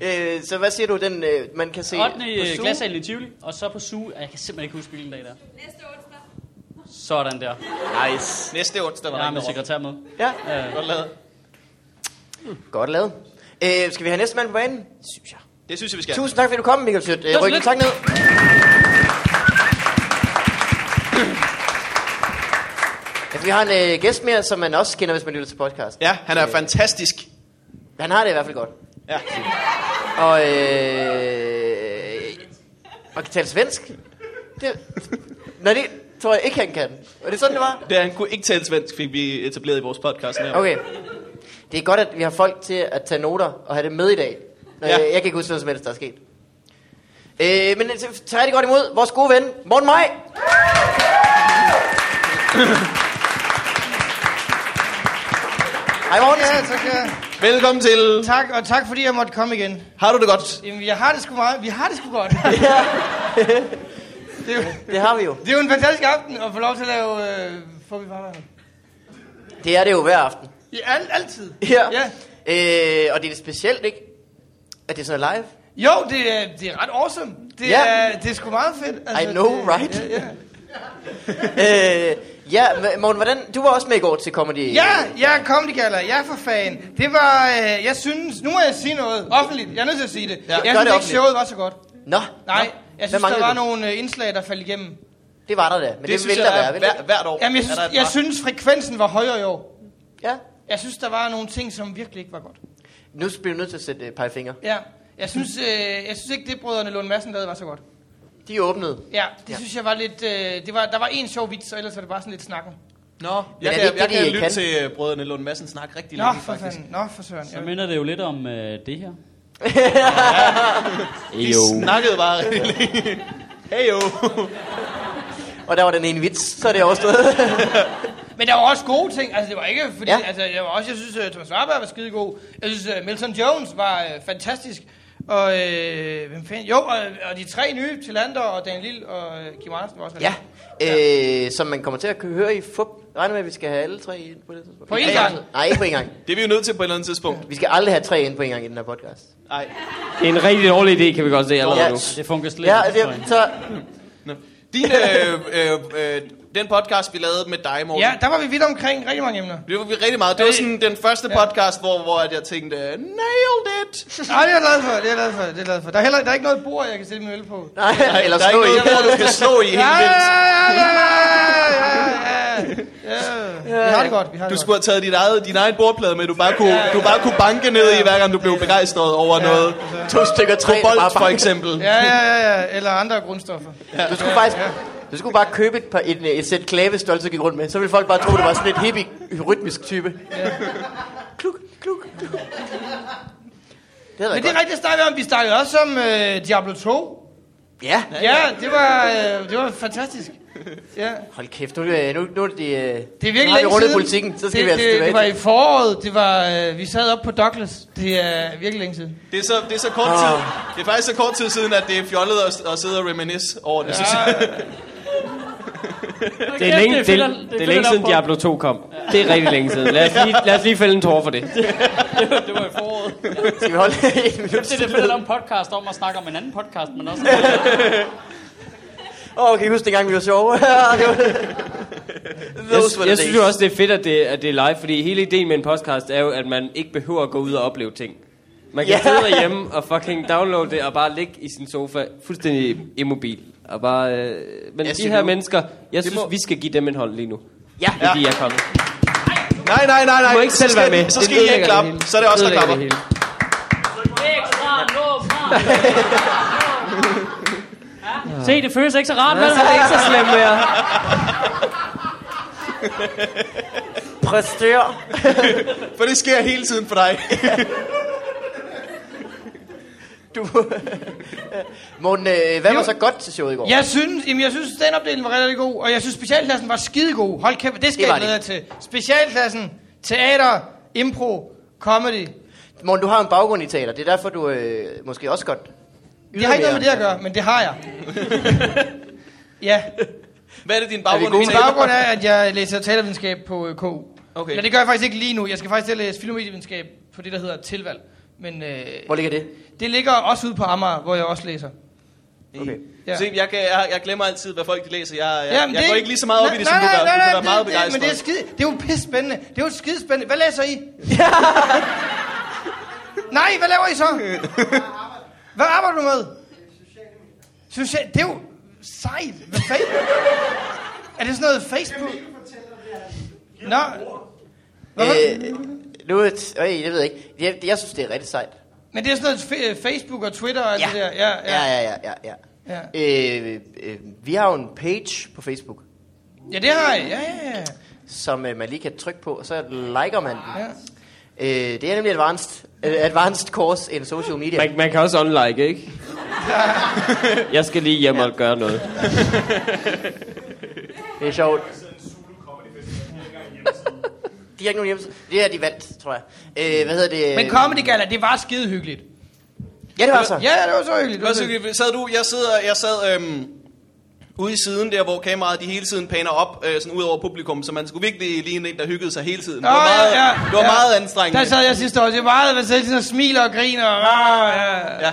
Speaker 2: øh, så hvad siger du, den, øh, man kan se
Speaker 4: 8. i øh,
Speaker 2: Zoom?
Speaker 4: glassalen i Tivoli, og så på suge. Jeg kan simpelthen ikke huske, hvilken dag det er.
Speaker 5: Næste onsdag.
Speaker 4: Sådan der.
Speaker 2: Nice.
Speaker 1: Næste onsdag var der
Speaker 4: Jeg er med
Speaker 1: ikke noget.
Speaker 4: sekretær med.
Speaker 2: Ja,
Speaker 1: Godt lavet.
Speaker 2: godt lavet. Øh, skal vi have næste mand på banen? Synes jeg.
Speaker 1: Det synes jeg, vi skal.
Speaker 2: Ja. Tusind tak, fordi du kom, Michael Sødt. Øh, Ryk
Speaker 4: lidt.
Speaker 2: lidt tak ned. Ja, vi har en øh, gæst mere, som man også kender, hvis man lytter til podcast.
Speaker 1: Ja, han er fantastisk.
Speaker 2: Han har det i hvert fald godt.
Speaker 1: Ja.
Speaker 2: Og øh, man kan tale svensk. Det, nej, det tror jeg ikke, han kan. Var det sådan, det var?
Speaker 1: Det er, han kunne ikke tale svensk, fik vi etableret i vores podcast. Her.
Speaker 2: Okay. Det er godt, at vi har folk til at tage noter og have det med i dag. Når
Speaker 1: Ja.
Speaker 2: ja. jeg, jeg kan ikke huske noget som helst, der er sket. Øh, men så tag rigtig godt imod vores gode ven, Morten Maj. Hej Morten.
Speaker 5: Ja, tak, ja.
Speaker 1: Velkommen til.
Speaker 5: tak, og tak fordi jeg måtte komme igen.
Speaker 1: Har du det godt?
Speaker 5: Jamen, jeg har det sgu meget. Vi har det sgu
Speaker 2: <laughs>
Speaker 5: godt.
Speaker 2: Ja,
Speaker 5: Det er, jo,
Speaker 2: det har vi jo.
Speaker 5: det er jo en fantastisk aften at få lov til at lave... Øh, får vi bare
Speaker 2: Det er det jo hver aften.
Speaker 5: I al, altid.
Speaker 2: Ja.
Speaker 5: ja.
Speaker 2: Øh, og det er lidt specielt, ikke? At det er sådan live.
Speaker 5: Jo, det er, det er ret awesome. Det,
Speaker 2: Ja.
Speaker 5: er, det er sgu meget fedt. Altså,
Speaker 2: I know,
Speaker 5: det,
Speaker 2: right?
Speaker 5: Ja,
Speaker 2: <laughs>
Speaker 5: ja.
Speaker 2: øh, ja, hva- Morten, hvordan, du var også med i går til Comedy.
Speaker 5: Ja, jeg er comedygaller. Jeg er for fan. Det var, øh, jeg synes, nu må jeg sige noget offentligt. Jeg er nødt til at sige det. jeg
Speaker 2: gør
Speaker 5: synes
Speaker 2: det
Speaker 5: ikke,
Speaker 2: offentligt.
Speaker 5: showet var så godt.
Speaker 2: Nå,
Speaker 5: Nej,
Speaker 2: nå.
Speaker 5: jeg
Speaker 2: Hvad
Speaker 5: synes, der
Speaker 2: manglede
Speaker 5: var
Speaker 2: du?
Speaker 5: nogle øh, indslag, der faldt igennem.
Speaker 2: Det var der da, men det, det vil der være,
Speaker 1: er
Speaker 2: vel?
Speaker 1: hver, hvert år.
Speaker 5: Jamen, jeg
Speaker 1: er
Speaker 5: synes,
Speaker 1: der et
Speaker 5: jeg
Speaker 1: par.
Speaker 5: synes, frekvensen var højere i år.
Speaker 2: Ja.
Speaker 5: Jeg synes, der var nogle ting, som virkelig ikke var godt.
Speaker 2: Nu bliver du nødt til at sætte uh, pegefinger.
Speaker 5: Ja, jeg synes, øh, jeg synes ikke, det brødrene Lund Madsen lavede var så godt.
Speaker 2: De åbnede.
Speaker 5: Ja, det
Speaker 2: Ja.
Speaker 5: ja. synes jeg var lidt... Øh, det var, der var en sjov vits, og ellers var det bare sådan lidt snakken.
Speaker 1: Nå,
Speaker 2: er
Speaker 1: jeg,
Speaker 2: det
Speaker 1: kan,
Speaker 2: ikke
Speaker 1: jeg
Speaker 2: det,
Speaker 1: kan
Speaker 2: I
Speaker 1: lytte
Speaker 2: kan?
Speaker 1: til øh, brødrene Lund Madsen snakke rigtig
Speaker 5: Nå,
Speaker 1: længe,
Speaker 5: for
Speaker 1: faktisk.
Speaker 5: fanden. Nå, for søren.
Speaker 4: Så
Speaker 5: Jeg,
Speaker 4: minder det jo lidt om øh, det her.
Speaker 1: De snakkede
Speaker 5: <laughs>
Speaker 1: bare rigtig længe. Hey jo.
Speaker 2: <laughs> Og der var den ene vits, så er det overstået.
Speaker 5: men der var også gode ting. Altså, det var ikke... Fordi,
Speaker 2: Ja.
Speaker 5: ja. altså, jeg var også, jeg synes, øh, Thomas Warberg var skide god. Jeg synes, øh, Milton Jones var øh, fantastisk. Og, øh, hvem fanden? Jo, og, og, de tre nye, Tillander og Dan Lille og øh, Kim Andersen var også
Speaker 2: ja.
Speaker 5: fantastisk.
Speaker 2: Øh, som man kommer til at kunne høre i fup. Regner med, at vi skal have alle tre ind på det tidspunkt.
Speaker 5: På én
Speaker 2: Ja, ja.
Speaker 5: gang?
Speaker 2: Nej, ikke på en gang.
Speaker 1: Det er vi jo nødt til på et eller andet tidspunkt.
Speaker 2: Vi skal aldrig have tre ind på en gang i den her podcast.
Speaker 1: Nej.
Speaker 3: En rigtig dårlig idé, kan vi godt se allerede
Speaker 2: Ja.
Speaker 3: nu.
Speaker 4: Det fungerer slet
Speaker 2: Ja,
Speaker 4: ikke. tror jeg.
Speaker 2: det, så,
Speaker 1: Din, øh, øh, øh, den podcast, vi lavede med dig, Morten,
Speaker 5: Ja, der var vi vidt omkring rigtig mange
Speaker 2: <laughs>
Speaker 5: emner.
Speaker 1: det var vi rigtig meget. Det var sådan den første
Speaker 5: Ja.
Speaker 1: podcast, hvor, hvor at jeg tænkte, nailed it!
Speaker 5: Nej, det er jeg glad for, det er jeg glad for, det er jeg glad for. Der er, heller, der er ikke noget bord, jeg kan sætte min øl på.
Speaker 2: nej,
Speaker 1: Nej,
Speaker 2: eller
Speaker 1: der er
Speaker 2: slå
Speaker 1: ikke
Speaker 2: i.
Speaker 1: noget, hvor du skal slå
Speaker 5: <laughs>
Speaker 1: i
Speaker 5: Ja,
Speaker 1: helt
Speaker 5: ja,
Speaker 1: vildt.
Speaker 5: ja, ja, ja, ja, ja. Vi har det godt, vi har
Speaker 1: Du
Speaker 5: det
Speaker 1: skulle have taget dit eget, din egen bordplade med, du bare kunne, du bare kunne banke ned i, hver gang du blev begejstret over noget.
Speaker 2: To stykker tre. der bare
Speaker 1: Bold for
Speaker 2: banker.
Speaker 1: eksempel.
Speaker 5: godt. Ja, ja, ja, ja, eller andre grundstoffer.
Speaker 2: Du skulle faktisk... Du skulle bare købe et, par, et, et sæt klæve stolt, gik rundt med. Så ville folk bare tro, det var sådan et hippie, rytmisk type. Kluk, kluk, kluk. Det havde
Speaker 5: Men
Speaker 2: været
Speaker 5: det er
Speaker 2: godt.
Speaker 5: rigtigt, snakker vi om. Vi snakkede også om øh, Diablo 2.
Speaker 2: Ja.
Speaker 5: Ja, det var, øh, det var fantastisk. Ja.
Speaker 2: Hold kæft, nu, øh, nu, nu er det... øh,
Speaker 5: Det er
Speaker 2: nu har
Speaker 5: virkelig
Speaker 2: vi
Speaker 5: længe
Speaker 2: rundet
Speaker 5: siden.
Speaker 2: politikken, så skal
Speaker 5: det,
Speaker 2: vi altså
Speaker 5: det,
Speaker 2: tilbage
Speaker 5: det var
Speaker 2: til-
Speaker 5: i foråret. Det var, øh, vi sad op på Douglas. Det er virkelig længe siden.
Speaker 1: Det er, så, det er så kort tid. Det er faktisk så kort tid siden, at det er fjollet at, at sidde og reminisce over det, synes jeg.
Speaker 3: Det er, længe, det, det, det er længe siden Diablo 2 kom. Det er rigtig længe siden. Lad os lige, lad os lige fælde en tår for det.
Speaker 4: Det var i foråret.
Speaker 2: Skal vi holde <laughs> en minut?
Speaker 4: <laughs> Det er det, vi lavede en podcast om at snakke om en anden podcast, men også...
Speaker 2: Åh, oh, kan I huske dengang, vi var
Speaker 5: <laughs>
Speaker 2: sjove? Det var-
Speaker 3: Jeg,
Speaker 2: Those were the
Speaker 3: jeg synes jo
Speaker 2: days.
Speaker 3: også, det er fedt, at det, at det er live, fordi hele ideen med en podcast er jo, at man ikke behøver at gå ud og opleve ting. Man kan
Speaker 2: Ja.
Speaker 3: yeah. sidde derhjemme og fucking downloade det og bare ligge i sin sofa fuldstændig immobil. Og bare, øh, men
Speaker 2: Jeg
Speaker 3: jeg de
Speaker 2: synes
Speaker 3: her
Speaker 2: jo-
Speaker 3: mennesker, jeg synes,
Speaker 1: må-
Speaker 3: vi skal give dem en hånd lige nu.
Speaker 2: Ja.
Speaker 3: Fordi de er kommet.
Speaker 1: Nej, nej, nej, nej.
Speaker 3: Du må ikke
Speaker 1: Så
Speaker 3: selv
Speaker 1: skal-
Speaker 3: være med.
Speaker 1: Så
Speaker 3: Det
Speaker 1: skal I ikke
Speaker 3: ødelægger
Speaker 1: klappe.
Speaker 3: hele.
Speaker 1: Så er det os, der
Speaker 3: ødelægger
Speaker 1: klapper.
Speaker 3: det hele.
Speaker 4: Ekstra, lå Se, det føles ikke så rart, vel?
Speaker 3: Så er det ikke så slemt mere.
Speaker 2: Præstere.
Speaker 1: For det sker hele tiden for dig.
Speaker 2: Du... <laughs> Morten, øh, hvad var så godt til showet i går?
Speaker 5: Jeg synes, jamen jeg synes stand-up-delen var rigtig god, og jeg synes specialklassen var skidegod. Hold kæft, det skal
Speaker 2: Det var
Speaker 5: jeg glæde jer til. Specialklassen, teater, impro, comedy.
Speaker 2: Morten, du har en baggrund i teater. Det er derfor, du øh, måske også godt...
Speaker 5: Det har ikke noget med det
Speaker 2: ydermere-
Speaker 5: at gøre, men det
Speaker 2: <laughs>
Speaker 5: har jeg. ja,
Speaker 1: <laughs> Hvad er det, din
Speaker 2: Er
Speaker 1: baggrund
Speaker 2: vi gode
Speaker 5: min
Speaker 2: Teater.
Speaker 5: baggrund er, at jeg læser teatervidenskab på øh, KU.
Speaker 1: Okay.
Speaker 5: Men det gør jeg faktisk ikke lige nu. Jeg skal faktisk til at læse film- og medievidenskab på det, der hedder tilvalg. Men øh,
Speaker 2: Hvor ligger det?
Speaker 5: det ligger også ude på Amager, hvor jeg også læser.
Speaker 2: Okay.
Speaker 1: Ja.
Speaker 5: Ja.
Speaker 1: Se, jeg, kan, jeg, jeg glemmer altid, hvad folk de læser. Jeg, jeg,
Speaker 5: Jamen,
Speaker 1: jeg
Speaker 5: det-
Speaker 1: går ikke lige så meget op
Speaker 5: Nej,
Speaker 1: i det, som
Speaker 5: nej,
Speaker 1: du gør.
Speaker 5: nej,
Speaker 1: du
Speaker 5: nej,
Speaker 1: kan være meget
Speaker 5: det-
Speaker 1: begejstret.
Speaker 5: Men det er, skide, det er jo pisse spændende. Det er jo skide spændende. Hvad
Speaker 1: <laughs>
Speaker 5: læser I? nej, hvad laver I
Speaker 1: <laughs>
Speaker 5: så? Hvad arbejder du med? Social, det er jo sejt. Hvad fanden? Er det sådan noget Facebook? Nå,
Speaker 2: Øh, nu, er t- øj, det ved jeg ikke. Jeg, jeg synes, det er rigtig sejt.
Speaker 5: men det er sådan noget fe- Facebook og Twitter og alt
Speaker 2: Ja.
Speaker 5: det der. Ja,
Speaker 2: Ja, ja, ja, ja. ja.
Speaker 5: Ja.
Speaker 2: Øh, øh, vi har jo en page på Facebook,
Speaker 5: ja det har jeg. Ja, ja, ja.
Speaker 2: som øh, man lige kan trykke på, og så liker man den.
Speaker 5: Ja.
Speaker 2: Øh, det er nemlig advanced, øh, advanced course in social media.
Speaker 3: Man, man kan også unlike, <laughs> ikke? jeg skal lige hjem og gøre noget.
Speaker 2: Det er sjovt. <laughs> De har ikke nogen hjemmeside. Det har de valgt, tror jeg. Øh, hvad hedder det?
Speaker 5: Men Comedy Gala, det var skide hyggeligt.
Speaker 2: Ja, det var så.
Speaker 5: Ja, det var så hyggeligt.
Speaker 1: Det var så hyggeligt. Sad du, jeg, sidder, jeg sad øhm, ude i siden der, hvor kameraet de hele tiden paner op, øh, sådan ud over publikum, så man skulle virkelig ligne en, der hyggede sig hele tiden. Det var
Speaker 5: Åh,
Speaker 1: meget,
Speaker 5: ja, ja,
Speaker 1: det var
Speaker 5: ja.
Speaker 1: meget anstrengende.
Speaker 5: Der sad jeg sidste år, det var meget, man sad sådan og smiler og griner. Og, ah, ja,
Speaker 1: Ja.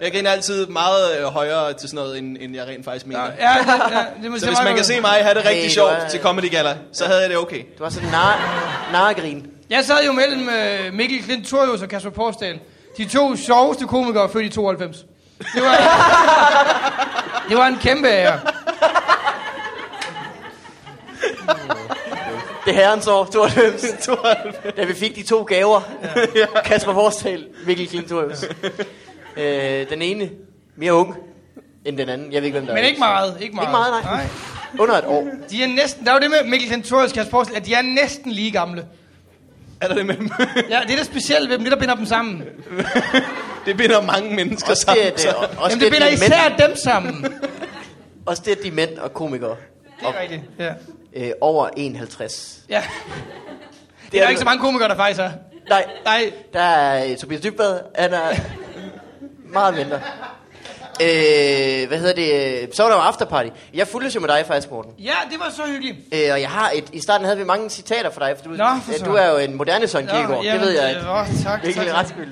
Speaker 1: Jeg griner altid meget øh, højere til sådan noget, end, end jeg rent faktisk mener.
Speaker 5: ja, det, ja, det, må
Speaker 1: Så hvis man kan se mig have det
Speaker 2: Hey,
Speaker 1: rigtig
Speaker 2: du
Speaker 1: sjovt
Speaker 2: er-
Speaker 1: til Comedy Gala, så havde jeg det okay. <laughs>
Speaker 2: Du var sådan nar, nargrin.
Speaker 5: Jeg sad jo mellem øh, Mikkel Klintorius og Kasper Porsdal. De to sjoveste komikere født i 92. Det
Speaker 1: <laughs>
Speaker 5: var, det var en kæmpe ære.
Speaker 2: Det er herrens år, 92. da vi fik de to gaver. <laughs> Kasper Vorstal, Mikkel
Speaker 5: <laughs>
Speaker 2: Klintorius. øh, den ene mere ung end den anden. Jeg ved ikke, hvem der
Speaker 5: Men
Speaker 2: er.
Speaker 5: ikke meget. Ikke meget,
Speaker 2: Ikke meget, nej. Under et
Speaker 5: <laughs>
Speaker 2: år.
Speaker 5: De er næsten, der er jo det med Mikkel Klintorius og Kasper Porsdal, at de er næsten lige gamle.
Speaker 1: Er der det med <laughs> dem?
Speaker 5: Ja, det er det specielle ved dem, det der binder dem sammen.
Speaker 1: Det binder mange mennesker
Speaker 2: Også det, at,
Speaker 1: sammen.
Speaker 2: øh,
Speaker 1: så.
Speaker 2: også
Speaker 5: Jamen, det
Speaker 2: at
Speaker 5: binder
Speaker 2: de er
Speaker 5: især
Speaker 2: mænd,
Speaker 5: dem sammen.
Speaker 2: også det, at de er mænd og komikere.
Speaker 5: Det er rigtigt, ja.
Speaker 2: Øh, over 51.
Speaker 5: ja. Det
Speaker 2: Det
Speaker 5: er
Speaker 2: er
Speaker 5: der ikke så mange komikere, der faktisk er.
Speaker 2: Nej,
Speaker 5: Nej,
Speaker 2: Der er øh, Tobias Dybvad, han er meget mindre. Øh, hvad hedder det? øh, Så var der jo afterparty. Jeg fulgtes jo med dig faktisk, Morten.
Speaker 5: ja, det var så hyggeligt.
Speaker 2: Øh, og jeg har et, i starten havde vi mange citater for dig, for du,
Speaker 5: Nå, for
Speaker 2: øh, du
Speaker 5: søren.
Speaker 2: er jo en moderne Søren Kierkegaard, det
Speaker 5: jamen,
Speaker 2: ved jeg ikke.
Speaker 5: øh, åh, tak,
Speaker 2: Mikkel
Speaker 5: tak.
Speaker 2: Retsmøl.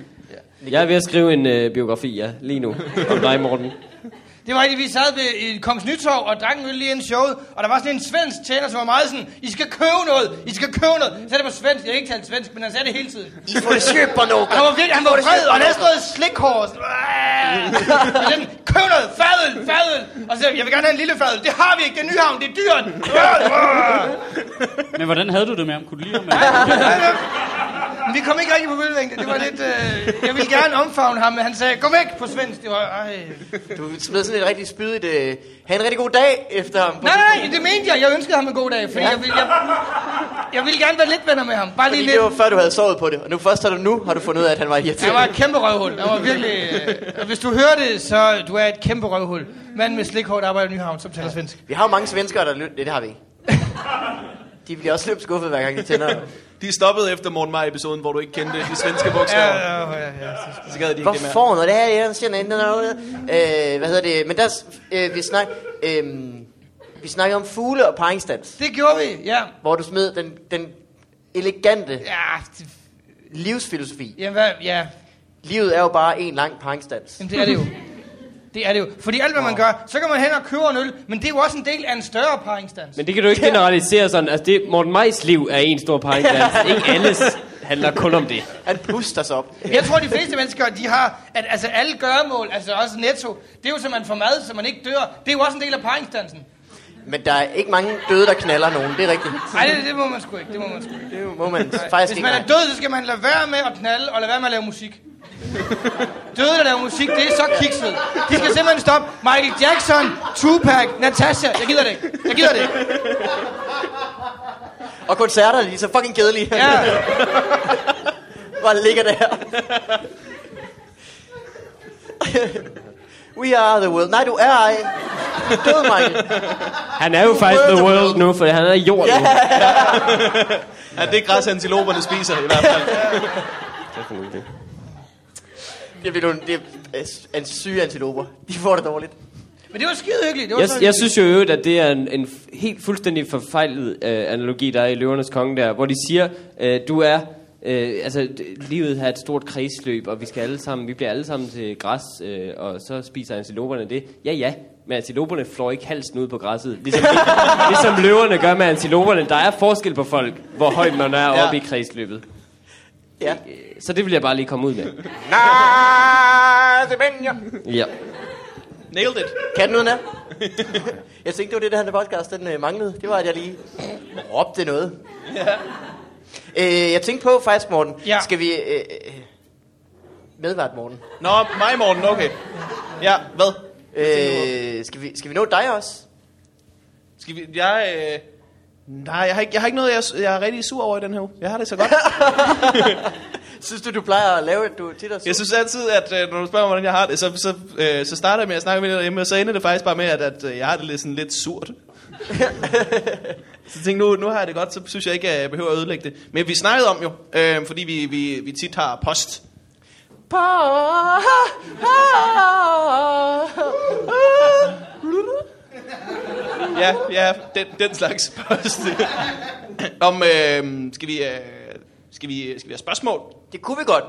Speaker 3: Jeg er ved at skrive en øh, biografi, ja, lige nu. Om dig, Morten.
Speaker 5: Det var rigtigt, vi sad ved i Kongens Nytorv og drak en øl lige inden showet, og der var sådan en svensk tjener, som var meget sådan, I skal købe noget, I skal købe noget. Så sagde det på svensk, jeg kan ikke tale svensk, men han sagde det hele tiden.
Speaker 2: I får det køber noget.
Speaker 5: Og <laughs> han var virkelig, han var vred, og han havde sådan noget slikhår.
Speaker 2: <laughs>
Speaker 5: og sådan, "Aah!" Og sådan, køb noget, fadøl, fadøl. Og så sagde jeg, jeg vil gerne have en lille fadøl. Det har vi ikke, det er Nyhavn, det er dyrt. Aah, aah.
Speaker 4: Men hvordan havde du det med ham? Kunne du lide ham? <laughs>
Speaker 5: Men Vi kom ikke rigtig på bølgelængde, det var lidt, øh, jeg ville gerne omfavne ham, men han sagde, kom væk på svensk. Det var, ej.
Speaker 2: Du smed sådan et rigtig spydigt, øh, have en rigtig god dag efter ham.
Speaker 5: Nej, nej, det mente jeg. Jeg ønskede ham en god dag, fordi ja. jeg, ville, jeg, jeg ville gerne være lidt venner med ham. Bare
Speaker 2: Fordi
Speaker 5: lige lidt.
Speaker 2: det var før, du havde sovet på det, og nu først har du nu har du fundet ud af, at han var
Speaker 5: Han var
Speaker 2: irriterende.
Speaker 5: et kæmpe røvhul. Han var virkelig... Øh, og hvis du hører det, så du er et kæmpe røvhul. Mand med slikhår, der arbejder i Nyhavn, som taler svensk.
Speaker 2: Vi har jo mange svenskere, der lytter. Det, det har vi ikke. De bliver også løbt skuffet, hver gang de
Speaker 5: <laughs>
Speaker 2: tænder.
Speaker 1: De stoppede efter Morten Maj-episoden, hvor du ikke kendte de svenske
Speaker 5: Ja,
Speaker 1: bogstaver.
Speaker 5: ja, ja, ja.
Speaker 1: Så gad de ikke det
Speaker 2: Hvorfor
Speaker 1: mere.
Speaker 2: får noget? Det her er sådan en noget. Øh, hvad hedder det? Men der, s- øh, vi snak, øh, vi snakkede om fugle og paringsdans,
Speaker 5: Det gjorde vi, ja.
Speaker 2: hvor du smed den, den elegante
Speaker 5: Ja, det,
Speaker 2: livsfilosofi.
Speaker 5: jamen, hvad, ja.
Speaker 2: Livet er jo bare en lang paringsdans.
Speaker 5: Jamen, det er det jo. Det er det jo. Fordi alt, hvad man gør, så kan man hen og købe en øl, men det er jo også en del af en større paringsdans.
Speaker 3: Men det kan du ikke generalisere sådan. Altså, det, Morten Majs liv er en stor paringsdans. ikke alles handler kun om det.
Speaker 2: Han puster sig op.
Speaker 5: Jeg tror, de fleste mennesker, de har, at altså, alle gøremål, altså også netto, det er jo, så man får mad, så man ikke dør. Det er jo også en del af paringsdansen.
Speaker 2: Men der er ikke mange døde, der knaller nogen. Det er rigtigt.
Speaker 5: Nej, det, det, må man sgu ikke, det må man sgu ikke.
Speaker 2: Det må man faktisk
Speaker 5: Hvis
Speaker 2: ikke.
Speaker 5: man er død, så skal man lade være med at knalde, og lade være med at lave musik. Døde, der laver musik, det er så kikset. De skal simpelthen stoppe. Michael Jackson, Tupac, Natasha. Jeg gider det ikke. Jeg gider det ikke.
Speaker 2: Og koncerterne, de er så fucking kedelige. <laughs>
Speaker 5: Ja.
Speaker 2: Hvor ligger det her? We are the world. Nej, du er ej. Død, Michael.
Speaker 3: Han er jo faktisk the world nu, for han er jord nu.
Speaker 1: Ja, det er græs, antiloperne spiser i hvert fald.
Speaker 2: Det bliver nogle, det er øh, en syge antiloper. De får det dårligt.
Speaker 5: Men det var skide hyggeligt. Det var
Speaker 3: Jeg,
Speaker 5: så
Speaker 3: jeg
Speaker 5: hyggeligt.
Speaker 3: synes jo i øvrigt, at det er en, en f- helt fuldstændig forfejlet øh, analogi, der er i Løvernes Konge der, hvor de siger, øh, du er, øh, altså d- livet har et stort kredsløb, og vi skal alle sammen, vi bliver alle sammen til græs, øh, og så spiser antiloperne det. Ja, ja, men antiloperne flår ikke halsen ud på græsset, ligesom, <laughs> ligesom løverne gør med antiloperne. Der er forskel på folk, hvor højt man er
Speaker 2: Ja.
Speaker 3: ja. oppe i kredsløbet.
Speaker 2: Ja.
Speaker 3: Øh, Så det vil jeg bare lige komme ud med.
Speaker 2: Nej, det men jeg.
Speaker 3: Ja.
Speaker 1: Nailed it.
Speaker 2: Kan den uden <laughs> af? Jeg tænkte, det var det, der han podcast, den øh, manglede. Det var, at jeg lige råbte noget. Øh, jeg tænkte på faktisk, Morten.
Speaker 5: Ja.
Speaker 2: Skal vi... Øh, øh, medvært, Morten.
Speaker 1: Nå, mig Morten, okay. Ja, hvad?
Speaker 2: Øh, skal, vi, skal vi nå dig også?
Speaker 1: Skal vi, jeg, øh, nej, jeg har, ikke, jeg har ikke noget, jeg, er su- jeg er rigtig sur over i den her uge. Jeg har det så godt.
Speaker 2: Synes du, du plejer at lave et du tit er sur?
Speaker 1: Jeg synes altid, at øh, når du spørger mig, hvordan jeg har det, så, så, øh, så starter jeg med at snakke med dig hjemme, og så ender det faktisk bare med, at, at øh, jeg har det lidt, sådan lidt surt. så tænkte nu, nu har jeg det godt, så synes jeg ikke, at jeg behøver at ødelægge det. Men vi snakkede om jo, øh, fordi vi, vi, vi tit har post. Ja, ja, den, den slags post. <laughs> om, øh, skal, vi, øh, skal, vi, skal vi have spørgsmål?
Speaker 2: Det kunne vi godt.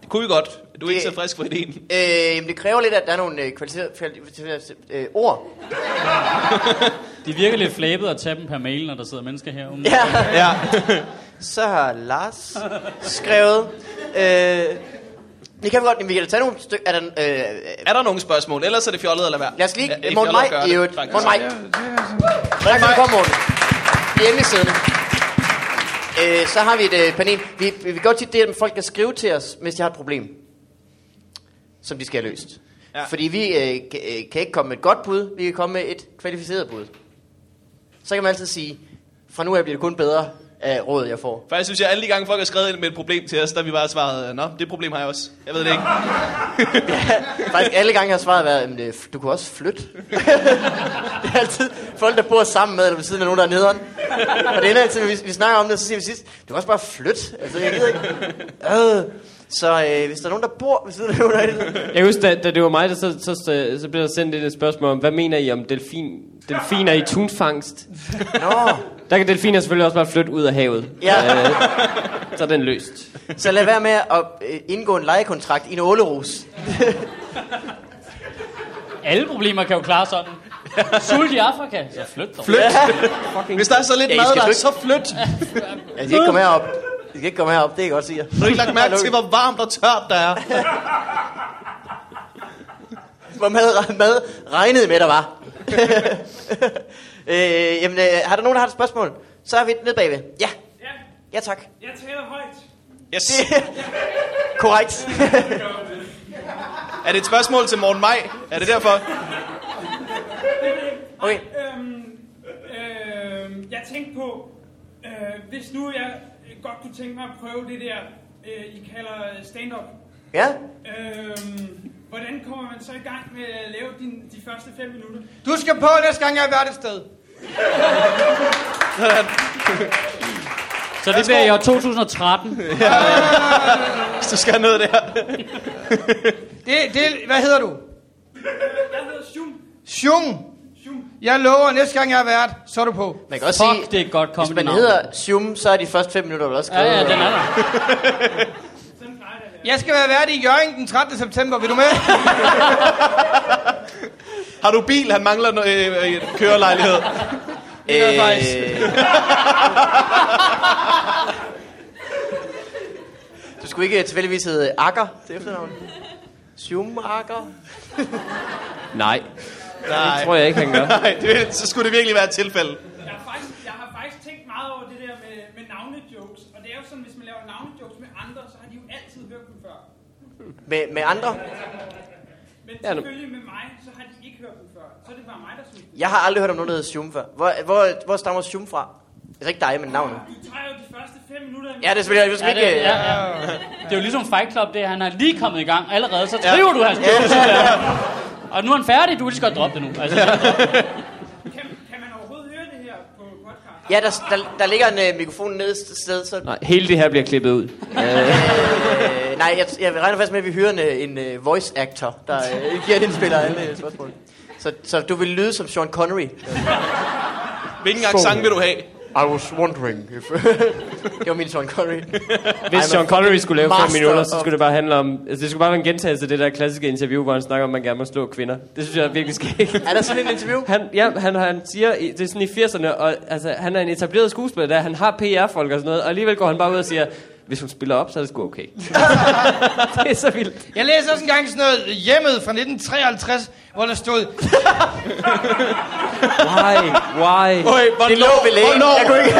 Speaker 1: Det kunne vi godt. Du er ikke
Speaker 2: Det-
Speaker 1: så frisk for ideen.
Speaker 2: Øh, jamen, det kræver lidt, at der er nogle øh, kvalificerede kvalificerede, øh, ord.
Speaker 4: Det virker lidt flabet at tage dem per mail, når der sidder mennesker herude.
Speaker 2: Ja. <laughs>
Speaker 1: Ja.
Speaker 2: Så har Lars skrevet... Øh, det kan vi godt, men vi kan da tage nogle stykker... Er der, øh, øh,
Speaker 1: Er der nogle spørgsmål? Ellers er det fjollet eller hvad?
Speaker 2: lad os lige...
Speaker 1: Ja, det er
Speaker 2: Morten
Speaker 1: fjollet at gøre
Speaker 2: Maj, i
Speaker 1: det,
Speaker 2: øvrigt.
Speaker 1: faktisk.
Speaker 2: Morten Maj. Tak for at du kom, Morten. Vi er endelig siddende. Øh, så har vi et øh, panel. Vi, vi vi gør tit det, at folk kan skrive til os, hvis de har et problem, som de skal have løst. Ja.
Speaker 1: Ja.
Speaker 2: Fordi vi øh, kan, øh, kan ikke komme med et godt bud, vi kan komme med et kvalificeret bud. Så kan man altid sige, fra nu af bliver det kun bedre af råd, jeg får.
Speaker 1: Faktisk synes jeg, alle de gange folk har skrevet ind med et problem til os, der har vi bare svaret, nå, det problem har jeg også. Jeg ved det ikke.
Speaker 2: Faktisk alle gange har svaret været, "Jamen, det- du kunne også flytte. <laughs> det er altid folk, der bor sammen med, eller ved siden af nogen, der er nederen. Og det ender altid, vi, vi snakker om det, og så siger vi sidst, du kan også bare flytte. Altså, jeg gider ikke. Øh. Så øh, hvis der er nogen, der bor ved siden af nogen, der er nederen.
Speaker 3: Jeg husker, da, da det var mig, der så, så, så, så blev der sendt ind et spørgsmål om, hvad mener I om delfin, delfiner i tunfangst?
Speaker 2: Nå,
Speaker 3: Der kan delfiner selvfølgelig også bare flytte ud af havet.
Speaker 2: Ja.
Speaker 3: Øh, så er den løst.
Speaker 2: så lad være med at øh, indgå en lejekontrakt i en ålerus.
Speaker 4: Alle problemer kan jo klare sådan. Sult i Afrika, så flyt dig.
Speaker 1: Flyt. Hvis der er så lidt
Speaker 2: Ja, I
Speaker 1: mad,
Speaker 2: skal
Speaker 1: der er
Speaker 2: flytte.
Speaker 1: så flyt.
Speaker 2: Ja, de kan ikke komme herop. De kan ikke komme herop, det kan jeg godt sige jer.
Speaker 1: Har du ikke lagt mærke til, hvor varmt og tørt der er?
Speaker 2: Hvor mad, mad regnede med, der var. <laughs> øh, jamen, øh, har der nogen, der har et spørgsmål? Så er vi nede bagved. Ja.
Speaker 6: Ja,
Speaker 2: Ja, tak.
Speaker 6: jeg taler højt.
Speaker 1: Yes.
Speaker 2: Korrekt.
Speaker 1: Er det et spørgsmål til Morten Maj? Er det derfor?
Speaker 2: Okay.
Speaker 6: Øhm, øhm, jeg tænkte på, øh, hvis nu jeg øh, godt kunne tænke mig at prøve det der, øh, I kalder stand-up.
Speaker 2: Ja.
Speaker 6: Øhm, hvordan kommer man så i gang med at lave din, de første fem minutter?
Speaker 5: Du skal på næste gang, jeg har været et sted.
Speaker 4: Så det bliver i år 2013.
Speaker 1: Hvis du skal have noget der.
Speaker 5: Det, det, hvad hedder du?
Speaker 6: Jeg hedder Shum.
Speaker 5: Sjung.
Speaker 6: Shum.
Speaker 5: Jeg lover, næste gang jeg har været, så er du på.
Speaker 2: Man kan også
Speaker 4: Fuck,
Speaker 2: sige,
Speaker 4: det er et godt
Speaker 2: hvis
Speaker 4: kommet
Speaker 2: man hedder Zoom, så er de første fem minutter vel også
Speaker 4: Ja,
Speaker 2: skrevet.
Speaker 4: ja, den er der.
Speaker 6: Sådan plejer det at være.
Speaker 5: Jeg skal være vært i Jørgen den 13. september. Vil du med?
Speaker 1: Har du bil? Han mangler no- øh, øh,
Speaker 2: <laughs>
Speaker 1: kørelejlighed.
Speaker 2: Øh.
Speaker 5: Det er faktisk.
Speaker 2: Du skulle ikke tilfældigvis hedde Akker til efternavn. Zoom Akker.
Speaker 3: Nej, det
Speaker 1: Nej.
Speaker 3: tror jeg ikke, han gør.
Speaker 1: Nej, det, så skulle det virkelig være et tilfælde.
Speaker 6: Jeg har, faktisk, jeg har faktisk tænkt meget over det der med, med navnejokes. Og det er jo sådan, hvis man laver navnejokes med andre, så har de jo altid hørt dem før.
Speaker 2: Med, med andre.
Speaker 6: Men
Speaker 3: Ja, nu-
Speaker 6: selvfølgelig med mig, så har de ikke hørt dem før. Så er det bare mig, der synes.
Speaker 2: Jeg har aldrig hørt om nogen, der hedder Zoom før. Hvor, hvor, hvor stammer Zoom fra? Det er ikke dig, men navnet.
Speaker 6: Du tager jo de første fem minutter. af min-
Speaker 2: Ja, det er selvfølgelig, det er
Speaker 4: Ja,
Speaker 2: selvfølgelig
Speaker 4: det,
Speaker 2: ikke...
Speaker 4: ja, ja. det er jo ligesom Fight Club, det er, han er lige kommet i gang allerede, så driver du hans Og nu er han færdig, du kan lige så godt droppe det nu. Altså,
Speaker 6: Kan, kan man overhovedet høre det her på podcast?
Speaker 2: Ja, der, der, der ligger en øh, mikrofon nede et sted, så...
Speaker 3: Nej, hele det her bliver klippet ud.
Speaker 2: Øh, nej, jeg, jeg regner faktisk med, at vi hører en, øh, en øh, voice actor, der øh, <laughs> giver et indspiller af alle øh, spørgsmål. Så, så du vil lyde som Sean Connery.
Speaker 1: Hvilken accent vil du have?
Speaker 2: I was wondering if... <laughs> det var min Sean Connery.
Speaker 3: Hvis Sean Connery skulle lave 5
Speaker 2: master
Speaker 3: minutter,
Speaker 2: of-
Speaker 3: så skulle det bare handle om... Altså, det skulle bare være en gentagelse af det der klassiske interview, hvor han snakker om, at man gerne må slå kvinder. Det synes jeg er virkelig skægt.
Speaker 2: Er der sådan et interview?
Speaker 3: Han, ja, han, han siger, i- det er sådan i 80'erne, og altså, han er en etableret skuespiller, der han har PR-folk og sådan noget, og alligevel går han bare ud og siger, Hvis hun spiller op, så er det sgu okay. <laughs> det er så vildt.
Speaker 5: Jeg læste også engang sådan noget hjemmet fra 1953, hvor der stod,
Speaker 3: Why? Why?
Speaker 1: Øj, hvornår,
Speaker 2: Det lå ved lægen. Jeg kunne ikke...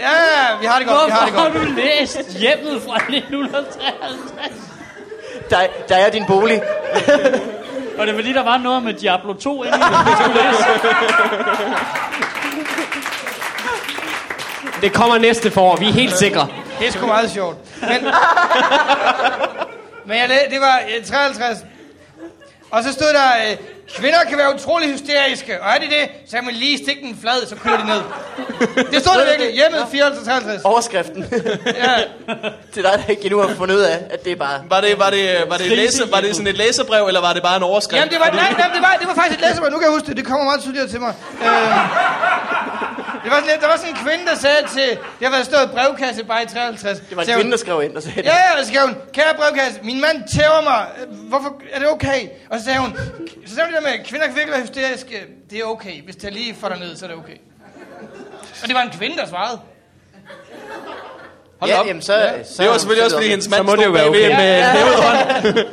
Speaker 5: ja, vi har det godt, vi har det
Speaker 4: Hvorfor har
Speaker 5: godt.
Speaker 4: du læst hjemmet fra 1953?
Speaker 2: Der, der er din bolig.
Speaker 4: Og det er fordi, der var noget med Diablo 2 inde i det.
Speaker 2: <laughs>
Speaker 3: Det kommer næste forår, vi er helt sikre.
Speaker 5: Det er sgu meget sjovt. Men, men jeg, læ- det var øh, 53. Og så stod der, øh, kvinder kan være utrolig hysteriske, og er de det, så kan man lige stikke den flad, så kører de ned. Det stod der virkelig, hjemmet 54
Speaker 2: Overskriften. <laughs>
Speaker 5: Ja.
Speaker 2: Til dig, der ikke endnu har fundet ud af, at det er bare...
Speaker 1: Var det, var det, var det,
Speaker 4: Krise
Speaker 1: læse, var det sådan et læserbrev, eller var det bare en overskrift?
Speaker 5: Jamen, det var, nej, nej, det var, det var faktisk et læserbrev. Nu kan jeg huske det. Det kommer meget tydeligere til mig. Øh, det var sådan, lidt- der var sådan en kvinde, der sagde til... Det har været stået brevkasse bare i 53.
Speaker 2: Det var en kvinde, der skrev ind og sagde det.
Speaker 5: Ja, ja, og så skrev hun, kære brevkasse, min mand tæver mig. Øh, Hvorfor er det okay? Og så sagde hun, så sagde hun det der med, at kvinder kan virkelig være hysteriske. Det er okay. Hvis det er lige for dig ned, så er det okay. Og det var en kvinde, der svarede.
Speaker 1: Hold
Speaker 2: ja,
Speaker 1: op.
Speaker 2: jamen, så, ja. så
Speaker 1: det var selvfølgelig også, fordi hendes mand
Speaker 3: Så må det jo
Speaker 1: stod
Speaker 3: være
Speaker 1: bag ved
Speaker 3: okay.
Speaker 1: hende med hævet hånd.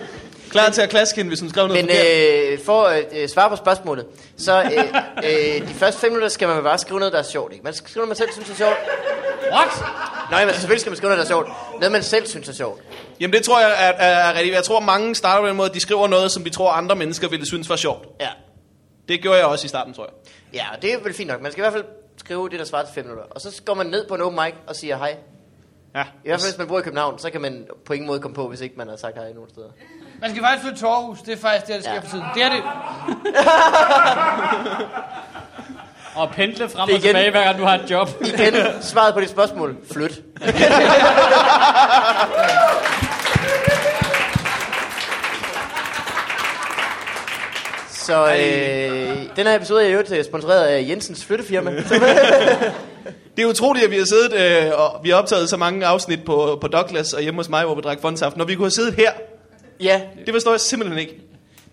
Speaker 1: Klar til at klaske hende, hvis hun skrev noget
Speaker 2: Men
Speaker 1: forkert.
Speaker 2: øh, for at øh, svare på spørgsmålet, så øh, øh, de første fem minutter skal man bare skrive noget, der er sjovt. Ikke? Man skal skrive noget, man selv synes er sjovt.
Speaker 4: What?
Speaker 2: Nej, men selvfølgelig skal man skrive noget, der er sjovt. Noget, man selv synes er sjovt.
Speaker 1: Jamen det tror jeg er, er, er rigtigt. Jeg tror, mange starter på den måde, at de skriver noget, som de tror, andre mennesker ville synes var sjovt.
Speaker 2: Ja.
Speaker 1: Det gjorde jeg også i starten, tror jeg.
Speaker 2: ja, og det er vel fint nok. Man skal i hvert fald skrive det, der svarer til fem minutter. Og så går man ned på en open mic og siger hej.
Speaker 1: Ja.
Speaker 2: I hvert fald, hvis man bor i København, så kan man på ingen måde komme på, hvis ikke man har sagt hej nogen steder.
Speaker 5: Man skal faktisk flytte til Aarhus. Det er faktisk det, der sker
Speaker 2: Ja.
Speaker 5: ja. for tiden. Det er det.
Speaker 4: Og pendle frem
Speaker 2: Det er
Speaker 4: og
Speaker 2: igen-
Speaker 4: tilbage, hver gang du har et job.
Speaker 2: Igen, svaret på dit spørgsmål. Flyt. Så øh, den her episode er i øvrigt øh, sponsoreret af Jensens flyttefirma.
Speaker 1: Det er utroligt, at vi har siddet øh, og vi har optaget så mange afsnit på, på Douglas og hjemme hos mig, hvor vi drak fondsaft. Når vi kunne have siddet her,
Speaker 2: ja,
Speaker 1: det forstår jeg simpelthen ikke.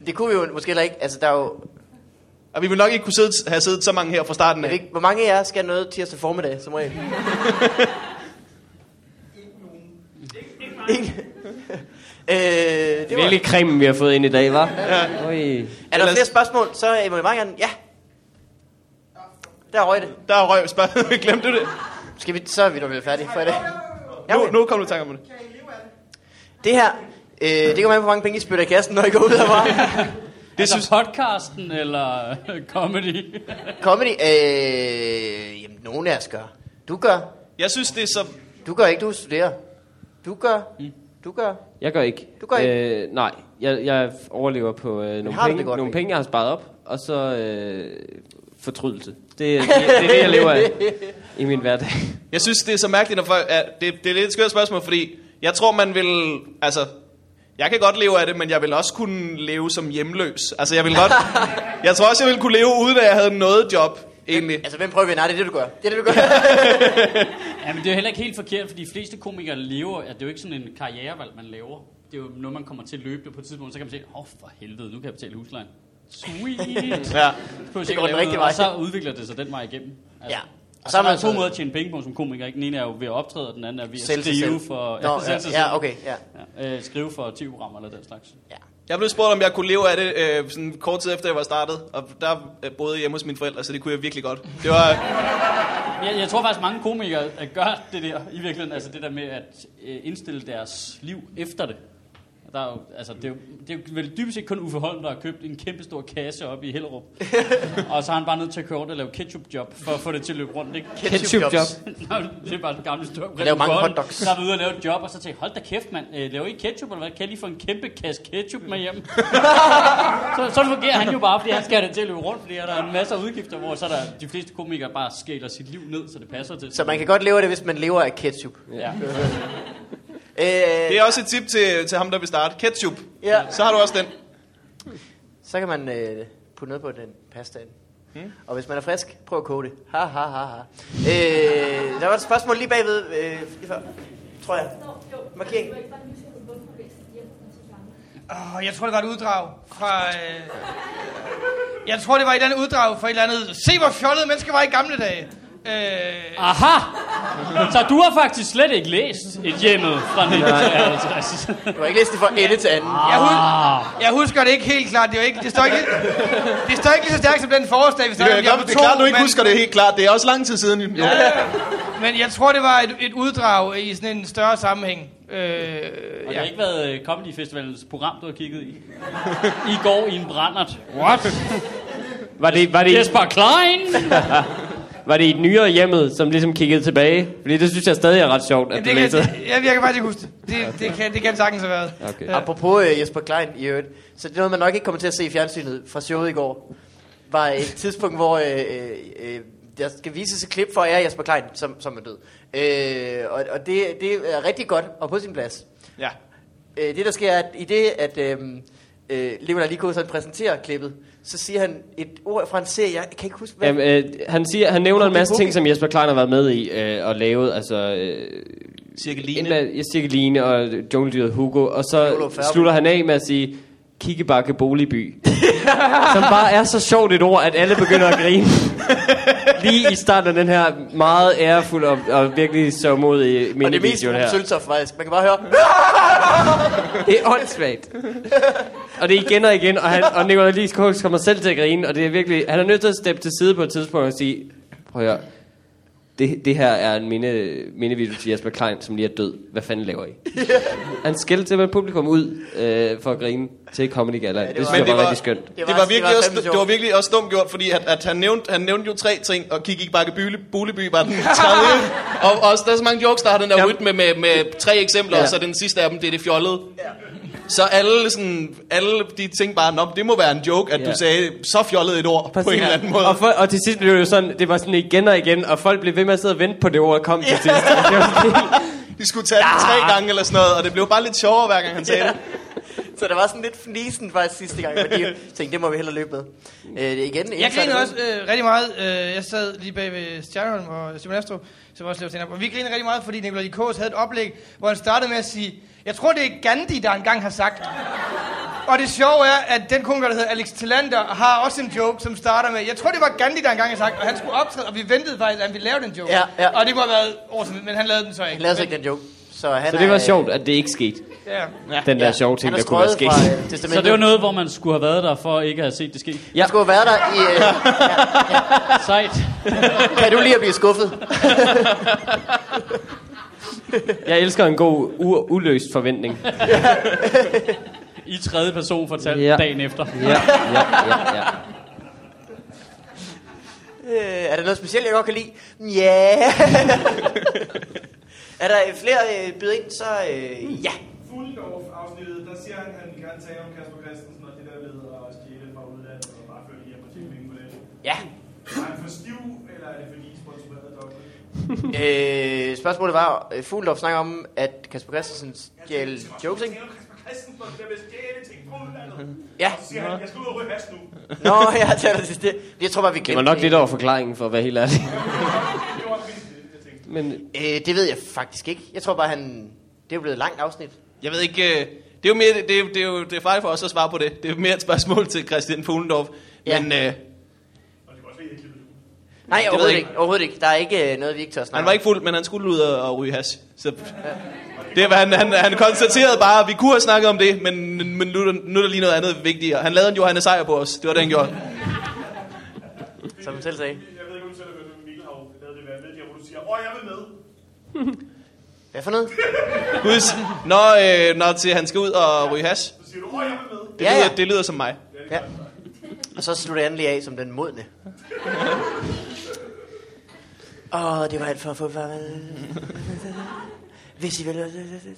Speaker 2: det kunne vi jo måske heller ikke. Altså, der er jo,
Speaker 1: Og vi ville nok ikke kunne sidde, have siddet så mange her fra starten
Speaker 2: jeg
Speaker 1: af.
Speaker 2: ved ikke, hvor mange af jer skal noget tirsdag formiddag, som regel? Ikke <laughs> øh, det var,
Speaker 3: Hvilke cremen vi har fået ind i dag, var? Ja. Oj.
Speaker 2: er der flere spørgsmål, så øh, må jeg meget gerne... Ja. Der røg det.
Speaker 1: Der er røv spørg. <laughs> Glemte du det?
Speaker 2: Skal vi, så er vi da vel færdige for i dag. Ja,
Speaker 1: Nu,
Speaker 2: okay.
Speaker 1: nu kom du i tanke om det.
Speaker 2: Det her, øh, det kommer an på, hvor mange penge I spytter i kassen, når I går ud herfra.
Speaker 1: <laughs>
Speaker 4: Det altså synes... podcasten eller øh, comedy?
Speaker 2: Comedy, øh, jamen, nogen af os gør. Du gør.
Speaker 1: Jeg synes, det er så...
Speaker 2: Du gør ikke, du studerer. Du gør. Du gør.
Speaker 3: Jeg gør ikke.
Speaker 2: Du gør
Speaker 3: ikke? Øh, nej, jeg, jeg overlever på øh, nogle,
Speaker 2: har du
Speaker 3: penge,
Speaker 2: det godt
Speaker 3: nogle
Speaker 2: med?
Speaker 3: penge, jeg har sparet op, og så øh, fortrydelse. Det, det, det er det, jeg lever
Speaker 2: <laughs>
Speaker 3: af i min hverdag.
Speaker 1: Jeg synes, det er så mærkeligt, når folk... Ja, det, det er lidt et skørt spørgsmål, fordi jeg tror, man vil... Altså, jeg kan godt leve af det, men jeg vil også kunne leve som hjemløs. Altså, jeg vil godt... jeg tror også, jeg ville kunne leve uden, at jeg havde noget job, egentlig.
Speaker 2: Altså, hvem prøver vi? Nej, det er det, du gør. Det er det, du gør. <laughs>
Speaker 4: Ja, men det er jo heller ikke helt forkert, for de fleste komikere lever, at det er jo ikke sådan en karrierevalg, man laver. Det er jo noget, man kommer til løbende på et tidspunkt, så kan man se, åh oh, for helvede, nu kan jeg betale huslejen. Sweet!
Speaker 1: Ja.
Speaker 4: Så
Speaker 2: den rigtige
Speaker 4: Og
Speaker 2: vej.
Speaker 4: så udvikler det sig den vej igennem. Altså,
Speaker 2: Ja.
Speaker 4: Og så er der
Speaker 2: altså-
Speaker 4: to måder at tjene penge på som komiker. ikke? Den ene er jo ved at optræde, og den anden er ved
Speaker 2: Sælge
Speaker 4: at
Speaker 2: sig
Speaker 4: skrive
Speaker 2: selv.
Speaker 4: for... <laughs>
Speaker 2: Nå,
Speaker 4: sælge sig
Speaker 2: ja,
Speaker 4: selv.
Speaker 2: ja, okay, ja.
Speaker 4: ja. Øh, skrive for 10 programmer eller den slags.
Speaker 2: ja.
Speaker 1: Jeg blev spurgt, om jeg kunne leve af det øh, sådan kort tid efter, jeg var startet. Og der øh, boede jeg hjemme hos mine forældre, så det kunne jeg virkelig godt. Det var...
Speaker 4: Jeg, jeg tror faktisk, mange komikere øh, gør det der i virkeligheden. Altså det der med at øh, indstille deres liv efter det. Der er jo, altså, det, er jo, det er jo vel dybest set kun Uffe Holm, der har købt en kæmpe stor kasse op i Hellerup. og så har han bare nødt til at køre rundt og lave ketchupjob for at få det til at løbe rundt. Ikke?
Speaker 3: Ketchup job.
Speaker 4: Nå, det er bare den gamle historie.
Speaker 2: Jeg laver mange hotdogs.
Speaker 4: Der er ude og lave et job, og så tænker jeg, hold da kæft, mand. Øh, laver I ketchup, eller hvad? Kan jeg lige få en kæmpe kasse ketchup
Speaker 2: <laughs>
Speaker 4: med hjem? så, så fungerer han jo bare, fordi han skal have det til at løbe rundt, fordi der er en masse af udgifter, hvor så er der de fleste komikere bare skæler sit liv ned, så det passer til.
Speaker 2: Så man kan godt leve af det, hvis man lever af ketchup.
Speaker 4: Ja.
Speaker 2: <laughs> Øh,
Speaker 1: Det er også et tip til, til ham, der vil starte. Ketchup.
Speaker 2: Ja.
Speaker 1: Så har du også den.
Speaker 2: så kan man øh, putte noget på den pastaen. Hmm? Og hvis man er frisk, prøv at koge det. Ha, ha, ha, ha. Øh, der var et spørgsmål lige bagved, øh, lige før, tror jeg. Markering.
Speaker 5: Åh, jeg tror, det var et uddrag fra... Øh... Jeg tror, det var et eller andet uddrag fra et eller andet... Se, hvor fjollede mennesker var i gamle dage. Øh...
Speaker 4: Aha! Så du har faktisk slet ikke læst et hjemmet fra 1953.
Speaker 2: Du har ikke læst det fra ende til anden.
Speaker 5: Jeg, hus-
Speaker 1: Ah.
Speaker 5: jeg husker det ikke helt klart. Det, er jo ikke, det, står ikke, det står ikke lige så stærkt som den forårsdag, vi
Speaker 1: Det,
Speaker 5: snakker
Speaker 1: er,
Speaker 5: om lige om
Speaker 1: godt, det er
Speaker 5: to,
Speaker 1: klart, du ikke
Speaker 5: men-
Speaker 1: husker det helt klart. Det er også lang tid siden. Jo. Ja.
Speaker 5: <laughs> Men jeg tror, det var et, et uddrag i sådan en større sammenhæng. Øh,
Speaker 4: Og det
Speaker 5: ja.
Speaker 4: har ikke været øh, Comedy Festivalens program, du har kigget i. I går i en brændert.
Speaker 3: What? var, det, var, det,
Speaker 4: Jesper Klein!
Speaker 3: var det i et nyere hjemmet, som ligesom kiggede tilbage? Fordi det synes jeg stadig er ret sjovt, at
Speaker 5: Jamen,
Speaker 3: du
Speaker 5: det kan,
Speaker 3: læser.
Speaker 5: jeg, jeg, jeg kan faktisk ikke huske det. Det, det, kan, det kan det sagtens have været.
Speaker 3: <laughs> Okay.
Speaker 2: Apropos øh, Jesper Klein i øvrigt, så det er noget, man nok ikke kommer til at se i fjernsynet fra showet i går, var et tidspunkt, hvor øh, øh, øh, der skal vises et klip for jer, Jesper Klein, som, som er død. Øh, og og det, det er rigtig godt og på sin plads.
Speaker 1: ja.
Speaker 2: Øh, det, der sker, er, at i det, at øh, øh, Leonard Likos han præsenterer klippet, så siger han et ord fra en serie, jeg kan ikke huske, hvad
Speaker 3: Jamen, øh, han, siger, han nævner en
Speaker 2: Cookie,
Speaker 3: masse
Speaker 2: cookie.
Speaker 3: ting, som Jesper Klein har været med i øh, og lavet. Altså, øh,
Speaker 1: Cirka
Speaker 3: en
Speaker 1: lignende.
Speaker 3: af- ja, Cirkeline og jungledyret Hugo. Og så
Speaker 2: Olof Færby.
Speaker 3: slutter han af med at sige, Kikkebakke Boligby. <laughs> som bare er så sjovt et ord, at alle begynder at grine. Lige i starten af den her meget ærefulde og, og virkelig så modige
Speaker 2: og det mest
Speaker 3: minivideo her.
Speaker 2: Søltoft faktisk. Man kan bare høre, <laughs>
Speaker 3: Det er åndssvagt. og det er igen og igen, og, han, og Nicolai Lis Koks kommer selv til at grine, og det er virkelig, han er nødt til at steppe til side på et tidspunkt og sige, prøv at høre, det, det her er en minde, mindevideo til Jesper Klein, som lige er død. Hvad fanden laver I? han skældte simpelthen publikum ud øh, for at grine til Comedy Gala. Ja, det, det
Speaker 2: var-
Speaker 3: synes
Speaker 1: Men
Speaker 3: jeg var,
Speaker 1: det var-
Speaker 3: rigtig skønt.
Speaker 1: Det var, virkelig det, var også,
Speaker 2: fandme
Speaker 1: det
Speaker 2: sjovt.
Speaker 1: var virkelig også dumt gjort, fordi at, at han, nævnte, han nævnte jo tre ting, og Kiki Bakke Byle- Buleby var den tredje. og også, der er så mange jokes, der har den der
Speaker 3: Jamen.
Speaker 1: rytme med, med tre eksempler,
Speaker 3: Ja.
Speaker 1: ja. og så den sidste af dem, det er det fjollede. Ja. Så alle, sådan, alle de ting bare, Nå, det må være en joke, at
Speaker 3: Ja.
Speaker 1: du sagde så fjollet et ord Præcis. på en eller anden måde.
Speaker 3: Og, for, og til sidst blev det jo sådan, det var sådan igen og igen, og folk blev ved med at sidde og vente på det ord, kom til sidst. Det var sådan helt-
Speaker 1: De skulle tage ja. tre gange eller sådan noget, og det blev bare lidt sjovere, hver gang han sagde det.
Speaker 2: Så der var sådan lidt fnisen faktisk sidste gang, fordi jeg tænkte, det må vi hellere løbe med. Øh, det er igen,
Speaker 5: Jeg grinede også øh, rigtig meget. Øh, jeg sad lige bag ved Stjernholm og Simon Astrup, som også lavede stand-up. Og vi grinede rigtig meget, fordi Nicolai Likos havde et oplæg, hvor han startede med at sige, jeg tror, det er Gandhi, der engang har sagt. Og det sjove er, at den komiker, der hedder Alex Tillander, har også en joke, som starter med, jeg tror, det var Gandhi, der engang har sagt, og han skulle optræde, og vi ventede faktisk, at vi lavede den joke.
Speaker 2: Ja, ja.
Speaker 5: Og det kunne have været awesome, men han lavede den så ikke.
Speaker 2: Han lavede så ikke den joke. Så, han
Speaker 3: Så det
Speaker 2: er,
Speaker 3: var
Speaker 2: øh,
Speaker 3: sjovt, at det ikke skete.
Speaker 5: Ja.
Speaker 3: Den der sjove ting,
Speaker 2: han er
Speaker 3: der kunne være
Speaker 2: strøget
Speaker 3: sket.
Speaker 2: fra, øh,
Speaker 4: Så
Speaker 2: testamentet.
Speaker 4: det var noget, hvor man skulle have været der for ikke at have set det ske.
Speaker 2: Jeg skulle have været der i...
Speaker 4: <laughs>
Speaker 2: Øh,
Speaker 4: Sejt.
Speaker 2: kan du lige at blive skuffet?
Speaker 3: Jeg elsker en god, u- uløst forventning.
Speaker 4: I tredje person fortalt
Speaker 3: Ja.
Speaker 4: ja. dagen efter.
Speaker 3: Ja, ja, ja, ja.
Speaker 2: Øh, er der noget specielt, jeg godt kan lide?
Speaker 4: <laughs>
Speaker 2: Ja. er der øh, flere øh, byder ind, så øh, ja.
Speaker 7: Fuldorf-afsnittet, der siger han, at han gerne taler om Kasper Christensen og det der ved at stjæle fra udlandet og bare føre det hjem og tjene penge på det.
Speaker 2: Ja.
Speaker 7: Er han for stiv, eller er det fordi, sponsoreret af dobbelt?
Speaker 2: Øh, spørgsmålet var, øh, Fuglendorf snakker om, at Kasper Christensen stjal jokes, ikke? Mhm.
Speaker 7: Jeg taler om Kasper Christensen og det der ved at stjæle ting fra udlandet.
Speaker 2: Ja.
Speaker 7: Så siger han, jeg skal ud og ryge hash nu.
Speaker 2: Nå, <laughs> jeg taler til det. Jeg tror bare, vi glemte
Speaker 3: Det var nok lidt over forklaringen, for at være helt ærlig.
Speaker 7: Det var det, jeg tænkte.
Speaker 3: Men
Speaker 2: Øh, det ved jeg faktisk ikke. Jeg tror bare, han... Det er jo blevet et langt afsnit.
Speaker 1: Jeg ved ikke, øh, det er jo mere, det, er, det er jo det er fejl for os at svare på det. Det er jo mere et spørgsmål til Christian Fuglendorf.
Speaker 2: Ja.
Speaker 1: Ja. Men øh,
Speaker 7: Og det var også, at jeg klippede ud.
Speaker 2: Nej,
Speaker 1: ved
Speaker 2: overhovedet
Speaker 1: jeg
Speaker 2: ikke. Overhovedet ikke. Der er ikke øh, noget, vi ikke tør snakke
Speaker 1: han var ikke fuld, men han skulle ud og, og ryge hash. Så, det var, han, han, han konstaterede bare, at vi kunne have snakket om det, men, men nu, er der- nu er der lige noget andet vigtigere. Han lavede en Johannes Seier på os. Det var det, han gjorde.
Speaker 2: om, som han selv sagde.
Speaker 7: Jeg ved ikke, om du selv har hørt, at Mikkel har jo lavet det, hvad jeg ved, der, hvor du siger, åh, jeg vil med.
Speaker 2: Hvad for noget?
Speaker 1: Husk, når, øh, når til han skal ud og ryge hash,
Speaker 7: Så siger du, åh, jeg vil med.
Speaker 1: det,
Speaker 2: Ja,
Speaker 1: ja,
Speaker 2: ja.
Speaker 1: lyder, det lyder som mig.
Speaker 2: Ja. Og så slutter jeg endelig af som den modne. Åh, oh, det var alt for at få <laughs> farvel. Hvis I vil...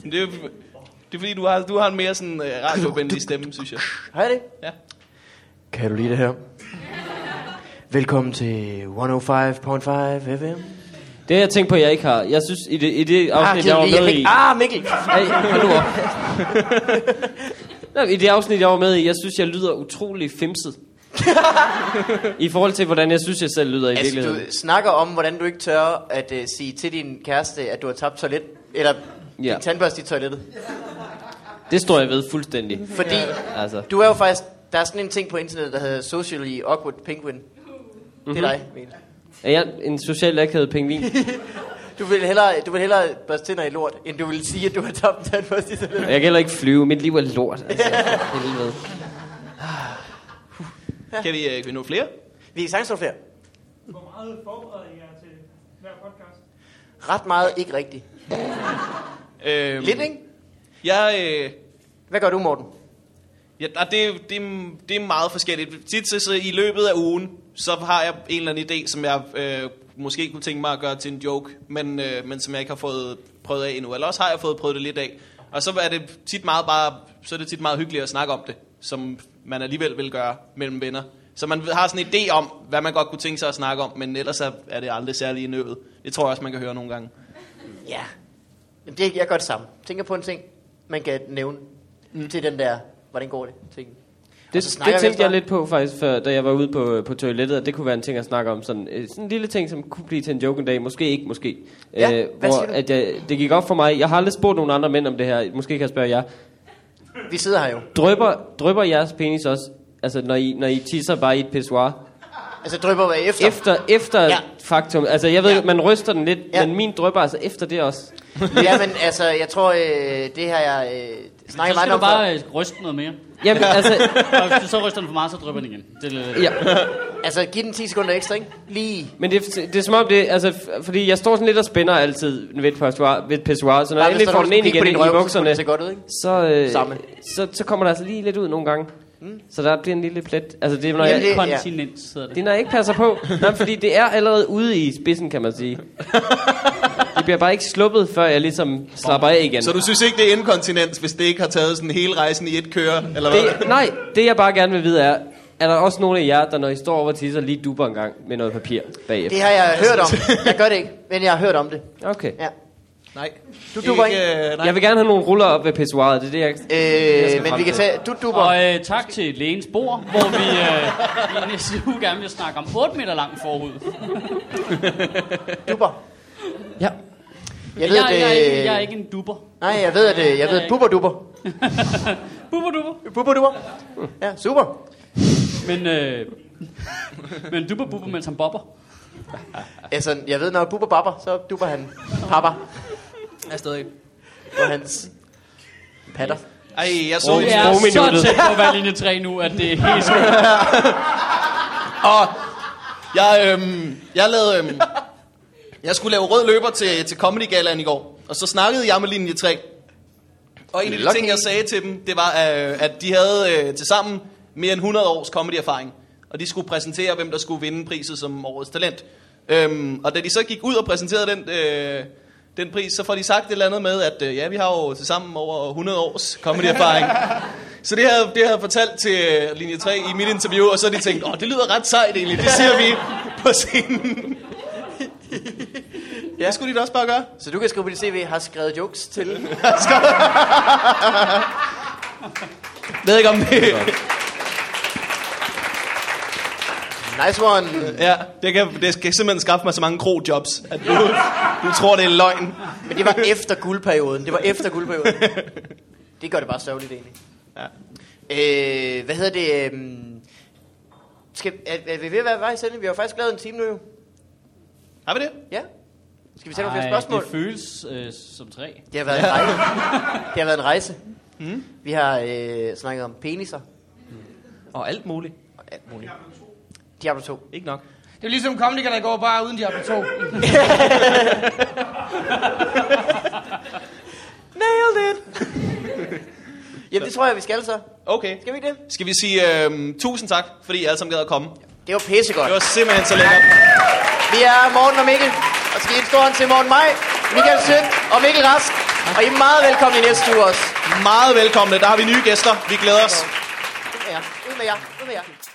Speaker 1: Men det, er, jo- det er fordi, du har, du har en mere sådan øh, radiovenlig stemme, synes jeg.
Speaker 2: Hej det.
Speaker 1: Ja.
Speaker 2: Kan du lide det her? Velkommen til 105.5 FM.
Speaker 3: det har jeg tænkt på, at jeg ikke har. Jeg synes, i det, i det
Speaker 2: Ah,
Speaker 3: afsnit, jeg var
Speaker 2: kedelig,
Speaker 3: med
Speaker 2: Mikkel. Ah, Mikkel.
Speaker 3: i... Ej, hold
Speaker 2: <laughs>
Speaker 3: nu op. Nå, I det afsnit, jeg var med i, jeg synes, jeg lyder utrolig fimset. I forhold til, hvordan jeg synes, jeg selv lyder i
Speaker 2: Altså,
Speaker 3: virkeligheden.
Speaker 2: du snakker om, hvordan du ikke tør at uh, sige til din kæreste, at du har tabt toilet, eller ja.
Speaker 3: Ja.
Speaker 2: din tandbørste i toilettet.
Speaker 3: Det står jeg ved fuldstændig.
Speaker 2: Fordi
Speaker 3: Altså.
Speaker 2: du er jo faktisk, der er sådan en ting på internettet, der hedder socially
Speaker 3: Mhm.
Speaker 2: awkward penguin. Det er dig, Mikkel.
Speaker 3: Er jeg en socialt akavet pingvin?
Speaker 2: Du vil hellere, du vil hellere børste tænder i lort, end du vil sige, at du har tabt den første isolering.
Speaker 3: Jeg kan heller ikke flyve. Mit liv er lort.
Speaker 2: <laughs>
Speaker 3: Altså, for helvede.
Speaker 1: Kan vi, øh, kan vi nå flere?
Speaker 2: Vi kan sagtens nå flere.
Speaker 6: Hvor meget forbereder I jer til hver podcast?
Speaker 2: Ret meget ikke rigtigt.
Speaker 1: Øhm,
Speaker 2: Lidt, ikke?
Speaker 1: Jeg, øh,
Speaker 2: Hvad gør du, Morten?
Speaker 1: ja, nej, det, det, det er meget forskelligt. Tit så, så i løbet af ugen, så har jeg en eller anden idé, som jeg øh, måske kunne tænke mig at gøre til en joke, men, øh, men som jeg ikke har fået prøvet af endnu. Eller også har jeg fået prøvet det lidt af. Og så er det tit meget, bare, så er det tit meget hyggeligt at snakke om det, som man alligevel vil gøre mellem venner. Så man har sådan en idé om, hvad man godt kunne tænke sig at snakke om, men ellers er er det aldrig særlig i nøvet. Det tror jeg også, man kan høre nogle gange.
Speaker 2: Ja. Jamen, det, jeg gør det samme. Tænker på en ting, man kan nævne mm. til den der, hvordan går det, ting. Og
Speaker 3: Det,
Speaker 2: så snakker
Speaker 3: det
Speaker 2: vi
Speaker 3: tænkte jeg
Speaker 2: efter.
Speaker 3: lidt på faktisk, før, da jeg var ude på, på toilettet, at det kunne være en ting at snakke om. Sådan, øh, sådan en lille ting, som kunne blive til en joke en dag, måske ikke, måske. Øh,
Speaker 2: Ja, hvad
Speaker 3: hvor
Speaker 2: siger du?
Speaker 3: at jeg, det gik op for mig, jeg har aldrig spurgt nogen andre mænd om det her, måske kan jeg spørge jer.
Speaker 2: Vi sidder her jo.
Speaker 3: Drøber, drøber jeres penis også, altså når I, når I tisser bare i et pissoir?
Speaker 2: Altså, drypper hvad efter.
Speaker 3: Efter, efter
Speaker 2: Ja.
Speaker 3: ja. faktum, altså jeg ved,
Speaker 2: Ja.
Speaker 3: ja. man ryster den lidt,
Speaker 2: Ja.
Speaker 3: ja. men min drøber altså efter det også.
Speaker 2: ja, men altså, jeg tror, øh, det her, jeg øh,
Speaker 4: Så
Speaker 2: snakker meget
Speaker 4: skal du
Speaker 2: om
Speaker 4: bare øh, ryste noget mere.
Speaker 3: Jamen
Speaker 2: <laughs>
Speaker 3: altså,
Speaker 4: Og hvis du så ryster den for meget, så drypper den igen. Det, er- øh,
Speaker 3: ja.
Speaker 2: før. Altså, giv den 10 sekunder ekstra, ikke? Lige.
Speaker 3: Men det, det er som om det, altså, f- fordi jeg står sådan lidt og spænder altid ved et pissoir, ved et pissoir så når
Speaker 2: Bare
Speaker 3: jeg
Speaker 2: hvis
Speaker 3: endelig
Speaker 2: der er
Speaker 3: får
Speaker 2: nogen,
Speaker 3: den
Speaker 2: der
Speaker 3: ind
Speaker 2: kigger
Speaker 3: igen
Speaker 2: på
Speaker 3: i
Speaker 2: din røv, så skulle
Speaker 3: bukserne,
Speaker 2: det se godt ud, ikke?
Speaker 3: så,
Speaker 2: Samme.
Speaker 3: øh, så, så kommer der altså lige lidt ud nogle gange. Mm. Så der bliver en lille plet. Altså det er, når
Speaker 2: Jamen,
Speaker 3: jeg,
Speaker 2: det-
Speaker 4: det,
Speaker 2: ja.
Speaker 4: kontinens hedder
Speaker 3: det er,
Speaker 4: det.
Speaker 3: når jeg ikke passer på. Nej, fordi det er allerede ude i spidsen, kan man sige. det bliver bare ikke sluppet, før jeg ligesom slapper af igen.
Speaker 1: Så du synes ikke, det er inkontinens, hvis det ikke har taget sådan hele rejsen i et køre? Eller hvad?
Speaker 3: det, nej, det jeg bare gerne vil vide er, er der også nogle af jer, der når I står over og tisser, lige duber en gang med noget papir bagefter?
Speaker 2: Det har jeg hørt om. Jeg gør det ikke, men jeg har hørt om det.
Speaker 3: Okay.
Speaker 2: Ja. Øh,
Speaker 1: Nej.
Speaker 2: Du duber
Speaker 1: ikke. Øh, nej.
Speaker 3: Jeg vil gerne have nogle ruller op ved pissoiret, det er det, jeg...
Speaker 2: Øh, men vi kan tage... Du duber.
Speaker 4: Og øh, tak til lægens bord, hvor vi øh, i næste uge gerne vil snakke om 8 meter lang forud.
Speaker 2: Duber.
Speaker 3: Ja.
Speaker 2: Jeg
Speaker 4: Jeg,
Speaker 2: ved,
Speaker 4: jeg,
Speaker 2: det...
Speaker 4: jeg, er, ikke, jeg er ikke en duber.
Speaker 2: Nej, jeg ved, at øh, jeg ved, at buber duber.
Speaker 4: Buber duber.
Speaker 2: Buber duber.
Speaker 1: Mm.
Speaker 2: Ja, super.
Speaker 4: Men, øh, men duber buber, mens han bobber.
Speaker 2: Altså, jeg ved, når buber babber, så duber han papper
Speaker 1: Jeg er stadig.
Speaker 2: på hans patter.
Speaker 1: Ej, jeg så
Speaker 4: Vi
Speaker 1: en...
Speaker 4: er
Speaker 3: sprogminuttet.
Speaker 4: så tæt på at være linje 3 nu, at det er helt skørt.
Speaker 1: Og jeg, øhm, jeg lavede... Øhm, jeg skulle lave rød løber til, til Comedy Galaen i går. Og så snakkede jeg med linje 3. Og en af de
Speaker 2: Lucky.
Speaker 1: ting, jeg sagde til dem, det var, øh, at de havde øh, til sammen mere end 100 års comedy-erfaring. Og de skulle præsentere, hvem der skulle vinde priset som årets talent. Øhm, og da de så gik ud og præsenterede den, øh, den pris, så får de sagt et eller andet med, at øh, ja, vi har jo til sammen over 100 års comedy-erfaring. så det havde, det havde jeg fortalt til øh, linje 3 i mit interview, og så har de tænkt, åh, det lyder ret sejt egentlig, det siger vi på scenen. ja, det skulle de da også bare gøre.
Speaker 2: Så du kan skrive på dit CV, har skrevet jokes til.
Speaker 1: Jeg ved ikke om det...
Speaker 2: Nice one.
Speaker 1: <laughs> Ja, det kan, det kan simpelthen skaffe mig så mange krojobs, at du, du tror, det er løgn.
Speaker 2: Men det var efter guldperioden. Det var efter guldperioden. Det gør det bare sørgeligt egentlig.
Speaker 1: Ja.
Speaker 2: Øh, hvad hedder det? øhm, Skal, er, er vi ved at være ved vejs ende? Vi har jo faktisk lavet en time nu jo.
Speaker 1: Har vi det?
Speaker 2: Ja. Skal vi tage nogle flere spørgsmål?
Speaker 4: det føles øh, som 3.
Speaker 2: Det har været en rejse. Det har været en rejse.
Speaker 1: Hmm?
Speaker 2: Mm. Vi har øh, snakket om peniser
Speaker 1: Og alt muligt.
Speaker 2: og alt muligt. Diablo 2.
Speaker 1: Ikke nok.
Speaker 5: Det er ligesom komikerne, der går bare uden de har to.
Speaker 2: Nailed it! Jamen det tror jeg, vi skal så.
Speaker 1: Okay.
Speaker 2: Skal vi ikke det?
Speaker 1: Skal vi sige øhm, tusind tak, fordi I alle sammen gad at komme.
Speaker 2: Det var pissegodt.
Speaker 1: Det var simpelthen så lækkert.
Speaker 2: Vi er Morten og Mikkel. Og skal give en stor hånd til Morten Maj, Michael Sødt og Mikkel Rask. Og I er meget velkommen i næste uge også.
Speaker 1: Meget velkomne. Der har vi nye gæster. Vi glæder os.
Speaker 2: Ud med jer. Ud med jer. Ud med jer.